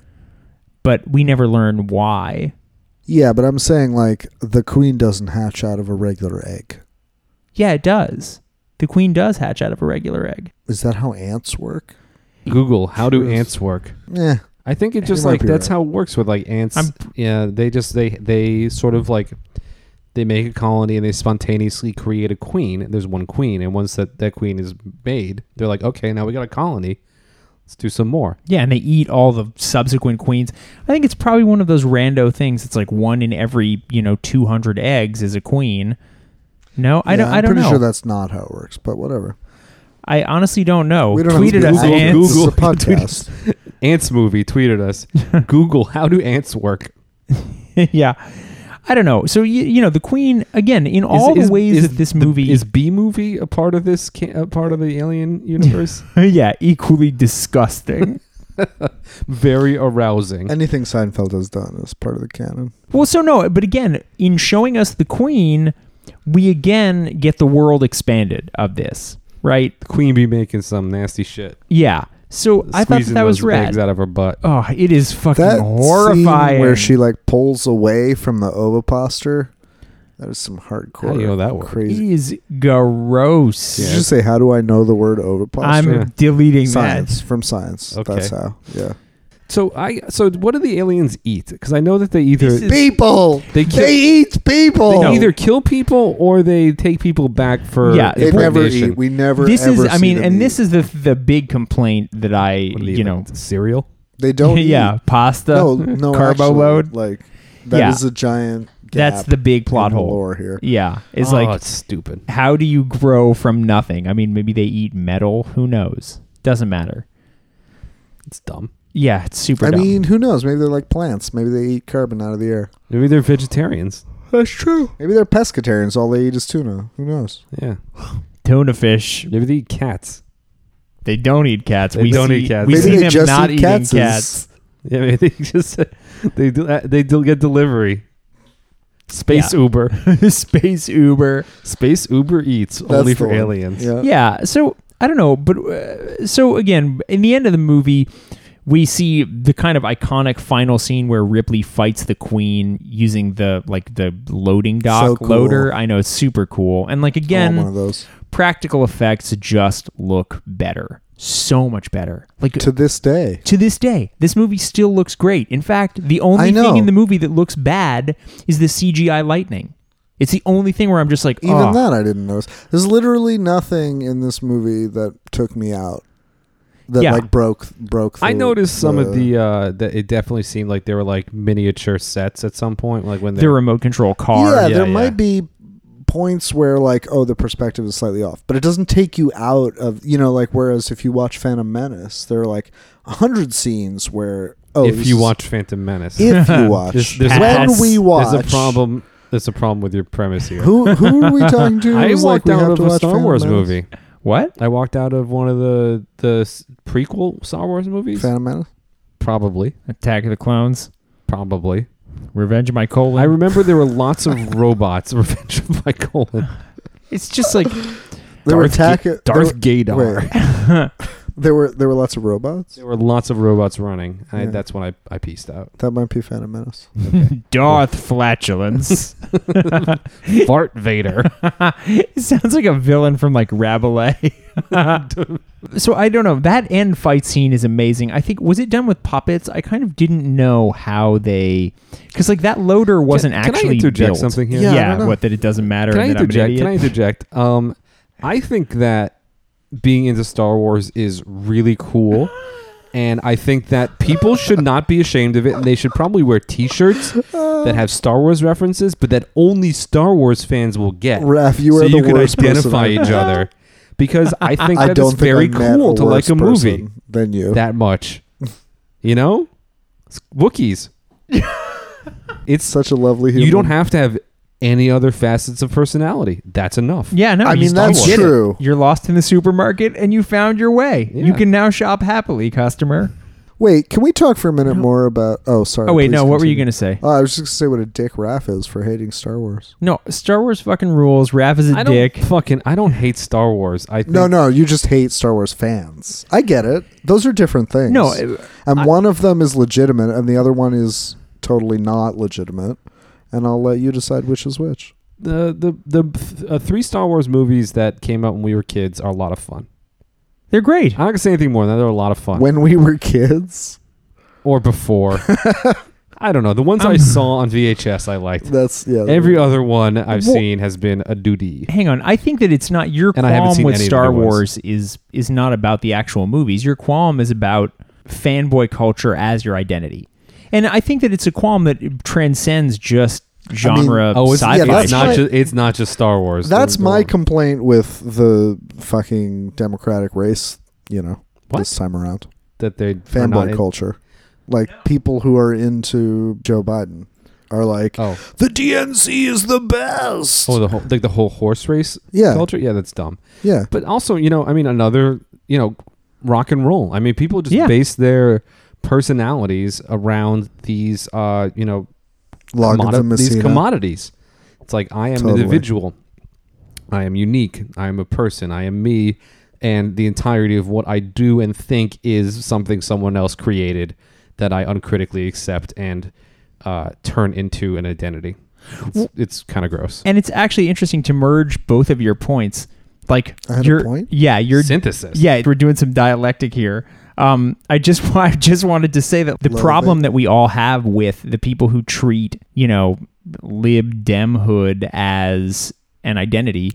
But we never learn why. Yeah, but I'm saying like the queen doesn't hatch out of a regular egg. Yeah, it does. The queen does hatch out of a regular egg. Is that how ants work? Eh, Google how do Truth. ants work? Yeah. I think it You just might like be that's right. how it works with like ants. I'm- yeah, they just they they sort of like they make a colony and they spontaneously create a queen. There's one queen, and once that that queen is made, they're like, okay, now we got a colony. Let's do some more. Yeah, and they eat all the subsequent queens. I think it's probably one of those rando things. It's like one in every you know two hundred eggs is a queen. No, I don't. Yeah, I don't I'm pretty know. sure that's not how it works, but whatever. I honestly don't know. We don't have Tweeted to us, Google- Google, ants. This is a Google- podcast. Ants movie tweeted us, Google how do ants work? yeah, I don't know. So you, you know the queen again in all the ways that this the- movie is B movie a part of this ca- a part of the alien universe? yeah equally disgusting. Very arousing. Anything Seinfeld has done is part of the canon. Well, so no, but again, in showing us the queen, we again get the world expanded of this, right? the queen be making some nasty shit. Yeah. So I thought that, Squeezing that was those rad. eggs out of her butt. Oh, it is fucking That horrifying. scene where she like pulls away from the oviposture. That is some hardcore. How do you know that word? it Crazy. is gross. Did you just say how do I know the word oviposture? I'm Yeah. deleting science from science. Okay. That's how. Yeah. So I so what do the aliens eat? Because I know that they either This is- People. They They, kill- eat people. they either kill people or they take people back for Yeah, They never impregnation. eat. We that. never. This ever is, I see mean, them and eat. this is the the big complaint that I, What do they you eat, know, like cereal. they don't. yeah, eat. pasta, No. No. carbo actually, load. Like that is Yeah. a giant. That's gap the big plot in the hole. lore here. Yeah, it's oh, like it's stupid. how do you grow from nothing? I mean, maybe they eat metal. Who knows? Doesn't matter. It's dumb. Yeah, it's super. I dumb. mean, who knows? Maybe they're like plants. Maybe they eat carbon out of the air. Maybe they're vegetarians. That's true. Maybe they're pescatarians. All they eat is tuna. Who knows? Yeah. tuna fish. Maybe they eat cats. They don't eat cats. They we don't see, eat cats. We Maybe see they them just not eat eating cats. cats. Yeah, maybe they just they do uh, they do get delivery. Space Yeah. Uber, Space Uber. space Uber eats That's only the for one. aliens. Yeah. Yeah. So I don't know, but uh, so again, in the end of the movie, we see the kind of iconic final scene where Ripley fights the Queen using the like the loading dock So cool. loader. I know it's super cool, and like Oh, again, one of those. practical effects just look better, so much better. Like To this day, to this day, this movie still looks great. In fact, the only I know. thing in the movie that looks bad is the CGI lightning. It's the only thing where I'm just like, even "Oh." that I didn't notice. There's literally nothing in this movie that took me out. That Yeah. like broke broke. I the- noticed some of the uh that it definitely seemed like they were like miniature sets at some point, like when The they're remote control car. Yeah, yeah, there yeah. might be points where like oh the perspective is slightly off, but it doesn't take you out of you know like whereas if you watch Phantom Menace, there are like a hundred scenes where oh if this you is- watch Phantom Menace. if you watch There's- there's a when problem- we watch There's a problem. There's a problem with your premise here. Who who are we talking to? I who's walked like, we have out of to a watch Star Phantom Wars Menace? movie. What? I walked out of one of the the s- prequel Star Wars movies. Phantom Menace. Probably, Attack of the Clones. probably. Revenge of my colon. I remember there were lots of robots. Revenge of my colon. It's just like They were Darth Ga- attack. Darth there, Gadar. wait. there were there were lots of robots. There were lots of robots running. I, Yeah. that's when I, I pieced out. That might be Phantom Menace. Darth flatulence. Fart Vader. it sounds like a villain from like Rabelais. so I don't know. That end fight scene is amazing. I think was it done with puppets? I kind of didn't know how they because like that loader wasn't can I actually interject built. something here? Yeah, Yeah, I don't know. what that it doesn't matter. Can I and that I'm an interject? Can I idiot. interject? Um, I think that being into Star Wars is really cool. And I think that people should not be ashamed of it, and they should probably wear T-shirts that have Star Wars references, but that only Star Wars fans will get. Raph, you so are you the could worst person identify I- each other. Because I think I that don't it's think very I met cool to like worse a movie person than you. that much. You know, it's Wookiees. it's Such a lovely human. you don't have to have any other facets of personality. That's enough. Yeah, no. I you mean, Star that's Wars. true. You're lost in the supermarket and you found your way. Yeah. You can now shop happily, customer. Wait, can we talk for a minute more about? Oh, sorry. Oh wait, please no. What were you continue. gonna say? Oh, I was just gonna say what a dick Raph is for hating Star Wars. No, Star Wars fucking rules. Raph is a I don't dick. fucking. I don't hate Star Wars. I think, No, no, you just hate Star Wars fans. I get it. Those are different things. No, uh, it- and one of them is legitimate, and the other one is totally not legitimate. And I'll let you decide which is which. the the the uh, three Star Wars movies that came out when we were kids are a lot of fun. they're great. I'm not gonna say anything more. than that. They're a lot of fun. When we were kids, or before. I don't know. The ones I saw on VHS, I liked. that's yeah. Every other one I've Well- seen has been a duty. hang on. I think that it's not your And I haven't qualm seen with any of Star the new Wars ones. is is not about the actual movies. Your qualm is about fanboy culture as your identity, and I think that it's a qualm that transcends just genre Oh, it's, sci-fi. yeah, it's that's not. my- just, it's not just Star Wars. That's They're- my they're- complaint with the fucking Democratic race. You know, What? this time around, that they are not fanboy in- culture, like people who are into Joe Biden are like, Oh, the DNC is the best. oh, the whole like the whole horse race Yeah. culture. Yeah, that's dumb. yeah, But also, you know, I mean, another, you know, rock and roll. I mean, people just Yeah. base their personalities around these, uh, you know, Logan commodi- from these Messina. commodities. It's like I am an Totally. individual. I am unique. I am a person. I am me, and the entirety of what I do and think is something someone else created that I uncritically accept and uh, turn into an identity. It's, it's kind of gross. and it's actually interesting to merge both of your points. Like I had a your point? yeah, your Synthesis. Yeah, we're doing some dialectic here. Um, I just wa- I just wanted to say that the Love problem it. that we all have with the people who treat you know lib demhood as an identity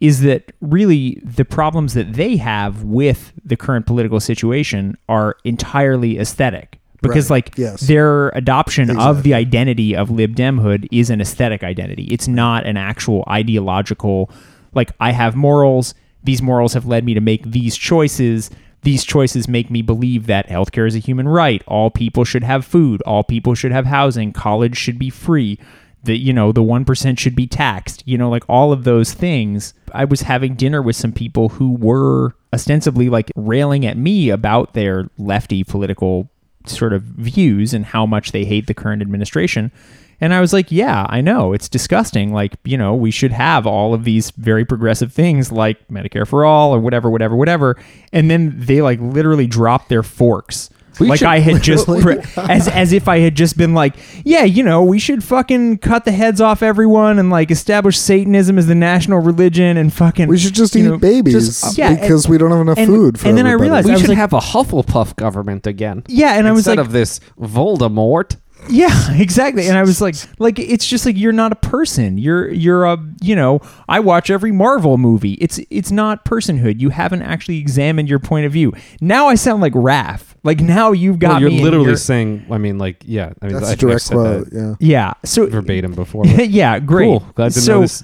is that really the problems that they have with the current political situation are entirely aesthetic because Right. like Yes. their adoption of Exactly. the identity of lib demhood is an aesthetic identity it's not an actual ideological like i have morals these morals have led me to make these choices these choices make me believe that healthcare is a human right all people should have food all people should have housing college should be free the you know the 1% should be taxed you know like all of those things i was having dinner with some people who were ostensibly like railing at me about their lefty political sort of views and how much they hate the current administration. And I was like, yeah, I know. It's disgusting. Like, you know, we should have all of these very progressive things like Medicare for all or whatever, whatever, whatever. And then they like literally dropped their forks. like should- I had just pre- as as if I had just been like, yeah, you know, we should fucking cut the heads off everyone and like establish satanism as the national religion and fucking we should just you eat know, babies just- yeah, because and- we don't have enough and- food. For and then I everybody. realized- We I was should like- have a Hufflepuff government again. Yeah, and I was instead like- of this Voldemort. Yeah, exactly. And I was like, like it's just like you're not a person. You're you're a you know. I watch every Marvel movie. It's it's not personhood. You haven't actually examined your point of view. Now I sound like Raph. Like now you've got Well, you're me in literally your- saying. I mean, like, yeah. I mean, that's I a think I've direct said quote. that Yeah, yeah. So verbatim before. but- yeah, great. Cool. Glad to so, know this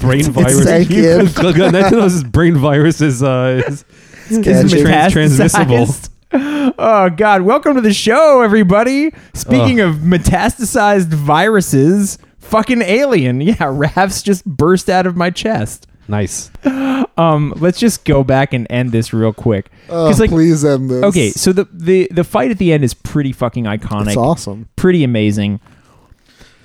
brain virus. sank in. Glad to know this brain virus is uh, is, It's is trans- transmissible. metastasized. Oh God! Welcome to the show, everybody. Speaking of metastasized viruses, fucking alien. Yeah, Raph's just burst out of my chest. Nice. Um, let's just go back and end this real quick. Oh, 'Cause, like- please end this. Okay, so the, the the fight at the end is pretty fucking iconic. it's awesome. pretty amazing.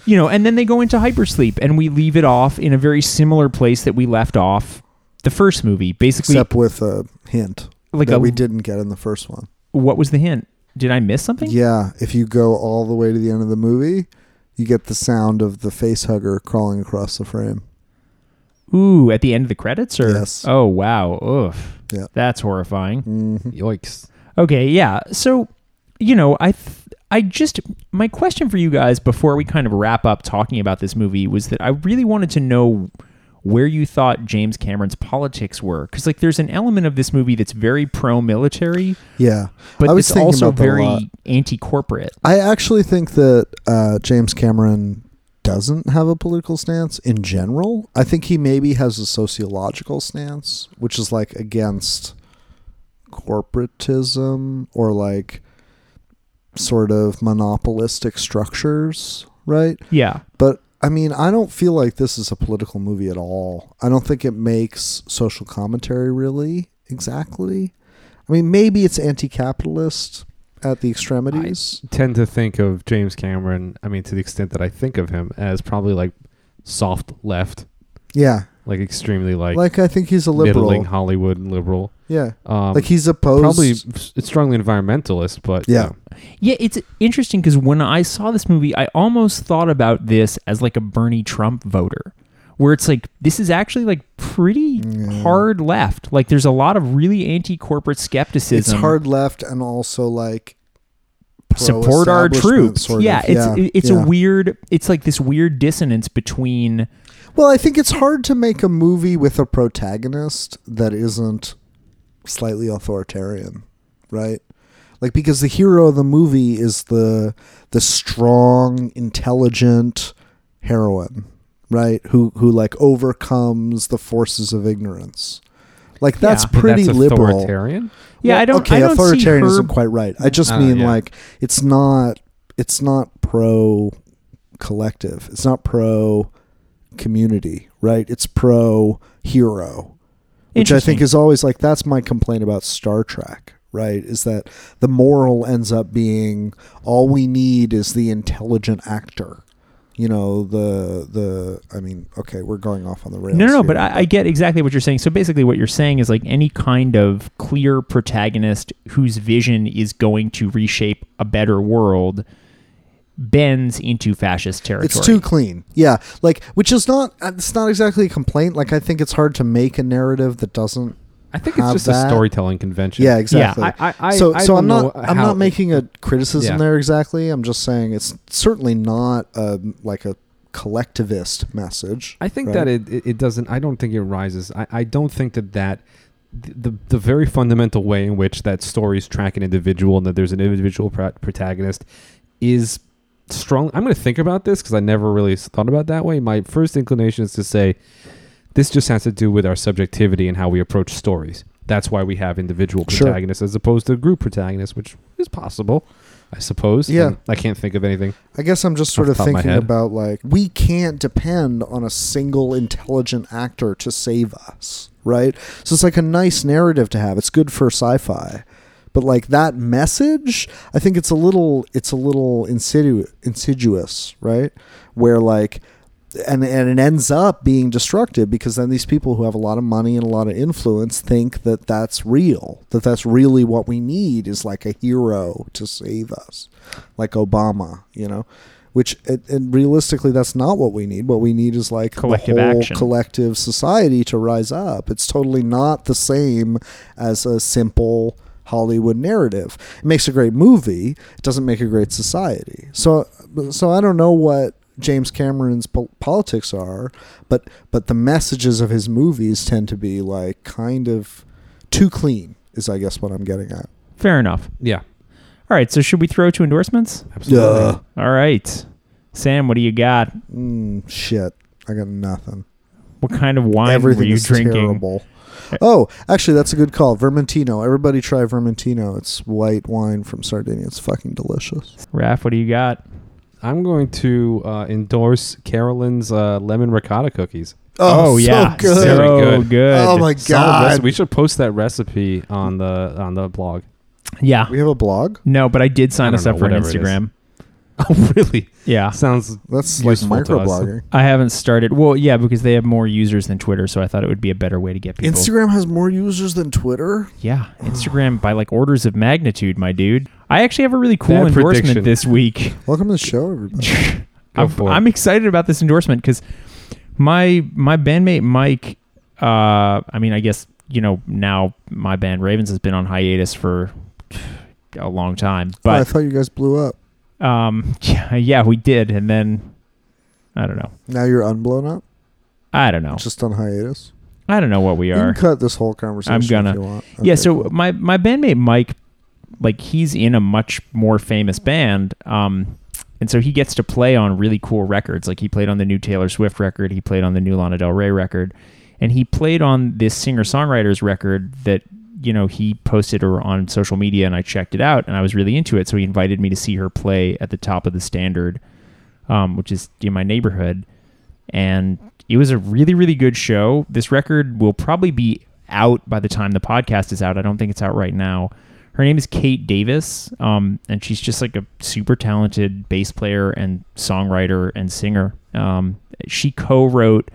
You know, and then they go into hypersleep, and we leave it off in a very similar place that we left off the first movie. Basically, Except with a hint like that a, we didn't get in the first one. what was the hint? Did I miss something? Yeah, if you go all the way to the end of the movie, you get the sound of the face hugger crawling across the frame. Ooh, at the end of the credits, or Yes. oh wow, oof, Yeah. that's horrifying. Mm-hmm. Yikes. Okay, yeah. So, you know, I th- I just my question for you guys before we kind of wrap up talking about this movie was that I really wanted to know where you thought James Cameron's politics were cuz like there's an element of this movie that's very pro military Yeah, but I was it's thinking also about that a lot. very anti corporate. I actually think that uh, James Cameron doesn't have a political stance in general. I think he maybe has a sociological stance, which is like against corporatism or like sort of monopolistic structures, right? Yeah. But I mean, I don't feel like this is a political movie at all. I don't think it makes social commentary really exactly. I mean, maybe it's anti-capitalist at the extremities. Tend to think of James Cameron, I mean, to the extent that I think of him, as probably like soft left, yeah, like extremely like, like, I think he's a middling liberal. Hollywood liberal. Yeah, Um, like he's opposed. probably s- strongly environmentalist, but um, Yeah. Yeah, it's interesting cuz when I saw this movie, I almost thought about this as like a Bernie Trump voter where it's like this is actually like pretty Yeah. hard left. Like there's a lot of really anti-corporate skepticism. It's hard left and also like support our pro-establishment troops. sort of. yeah, it's Yeah, it's yeah. a weird. It's like this weird dissonance between. Well, I think it's hard to make a movie with a protagonist that isn't slightly authoritarian, right? Like because the hero of the movie is the the strong, intelligent heroine, right? Who who like overcomes the forces of ignorance. Like that's Yeah, But pretty that's liberal. authoritarian. Yeah, I don't. Okay, I don't see authoritarian her. isn't quite right. I just Uh, mean yeah. like it's not it's not pro collective. It's not pro community, right? It's pro hero, which I think Interesting. is always like that's my complaint about Star Trek, right? Is that the moral ends up being all we need is the intelligent actor. You know the the I mean okay we're going off on the rails. no, no, no, here, but I, I get exactly what you're saying. So basically, what you're saying is like any kind of clear protagonist whose vision is going to reshape a better world bends into fascist territory. It's too clean. Yeah, like which is not uh, it's not exactly a complaint. Like I think it's hard to make a narrative that doesn't. I think it's have just that. a storytelling convention. Yeah, exactly. I- I- I- so I don't so I'm not know I'm how- not making a criticism Yeah. there exactly. I'm just saying it's certainly not a like a collectivist message. I think right? that it, it, it doesn't. I don't think it rises. I, I don't think that that the, the the very fundamental way in which that stories track an individual and that there's an individual pro- protagonist is strong. I'm going to think about this because I never really s- thought about it that way. My first inclination is to say this just has to do with our subjectivity and how we approach stories. That's why we have individual Sure. protagonists as opposed to group protagonists, which is possible, I suppose. Yeah. And I can't think of anything. I guess I'm just sort Off of the top of my thinking head. about like we can't depend on a single intelligent actor to save us, right? So it's like a nice narrative to have. It's good for sci-fi. But like that message, I think it's a little it's a little insidu- insidious, right? Where like and and it ends up being destructive because then these people who have a lot of money and a lot of influence think that that's real, that that's really what we need is like a hero to save us, like Obama, you know, which and, and realistically that's not what we need. What we need is like Collective the whole action. collective society to rise up. It's totally not the same as a simple Hollywood narrative. It makes a great movie. It doesn't make a great society. So, so I don't know what James Cameron's po- politics are, but but the messages of his movies tend to be like kind of too clean. Is I guess what I'm getting at. Fair enough. Yeah, All right, so should we throw to endorsements? absolutely. All right, Sam, what do you got? Mm, shit. I got nothing. What kind of wine Everything were you is drinking? terrible. Oh, actually, that's a good call. Vermentino. Everybody try Vermentino. It's white wine from Sardinia. It's fucking delicious. Raph, what do you got? I'm going to uh, endorse Carolyn's uh, lemon ricotta cookies. Oh, Oh, so yeah. good. Very so good. Oh my Solid god. recipe. We should post that recipe on the on the blog. Yeah. We have a blog. No, but I did sign I us don't know, up for an whatever it is. Instagram. Oh, really? Yeah. Sounds That's Useful like to us. microblogging. I haven't started. Well, yeah, because they have more users than Twitter, so I thought it would be a better way to get people. Instagram has more users than Twitter. Yeah, Instagram by like orders of magnitude, my dude. I actually have a really cool Bad endorsement prediction. this week. Welcome to the show, everybody. I'm, for it. I'm excited about this endorsement because my my bandmate Mike. Uh, I mean, I guess you know now my band Ravens has been on hiatus for a long time, Oh, I but thought you guys blew up. um, yeah, yeah, we did, and then I don't know, Now you're unblown up, I don't know, just on hiatus. I don't know what we You are. can cut this whole conversation gonna- if you want. yeah, Okay, so uh, cool. my my bandmate Mike, like he's in a much more famous band, um, and so he gets to play on really cool records. Like he played on the new Taylor Swift record, he played on the new Lana Del Rey record, and he played on this singer songwriter's record that you know he posted her on social media, and I checked it out, and I was really into it. So he invited me to see her play at the top of the standard, um, which is in my neighborhood and it was a really really good show this record will probably be out by the time the podcast is out i don't think it's out right now her name is kate davis um, and she's just like a super talented bass player and songwriter and singer um, she co-wrote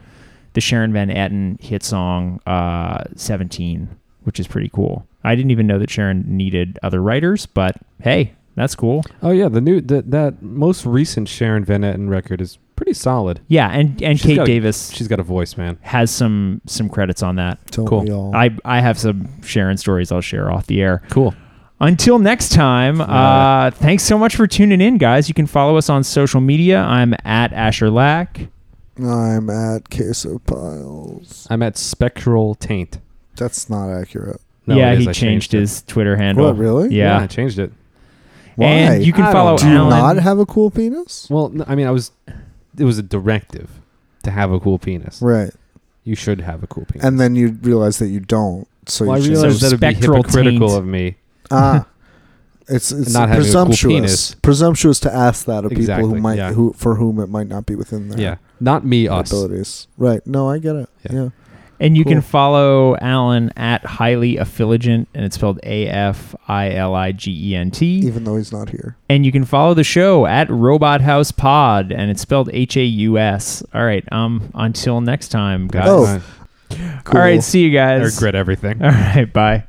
the sharon van etten hit song uh, 17 which is pretty cool i didn't even know that sharon needed other writers but hey that's cool Oh yeah, the new that that most recent Sharon Van Etten record is pretty solid. yeah and, and She's kate got a- davis She's got a voice, man. has some some credits on that Don't cool. we all? I, I have some Sharon stories I'll share off the air. Cool. Until next time, uh, thanks so much for tuning in, guys. You can follow us on social media. I'm at Asher Lack. I'm at Queso Piles. I'm at Spectral Taint. That's not accurate. yeah, it is. he I changed, his Twitter handle. What, really? It. Yeah. Yeah. I changed it. Why? And you can I follow don't Do you Alan. not have a cool penis? Well, n- I mean, I was. It was a directive to have a cool penis. Right. You should have a cool penis. And then you realize that you don't. So well, I you realize realized So that would be spectral hypocritical taint. of me. Ah, it's it's Not having a cool presumptuous, penis. presumptuous to ask that of people Exactly, who might yeah. who for whom it might not be within their Yeah, not me. Us. abilities. Right? No, I get it. Yeah. Yeah. And you Cool. can follow Alan at Highly Affiligent, and it's spelled A F I L I G E N T. even though he's not here. And you can follow the show at Robot House Pod, and it's spelled H A U S. All right. Um. Until next time, guys. Oh, I, All right. See you I guys. regret everything. All right. Bye.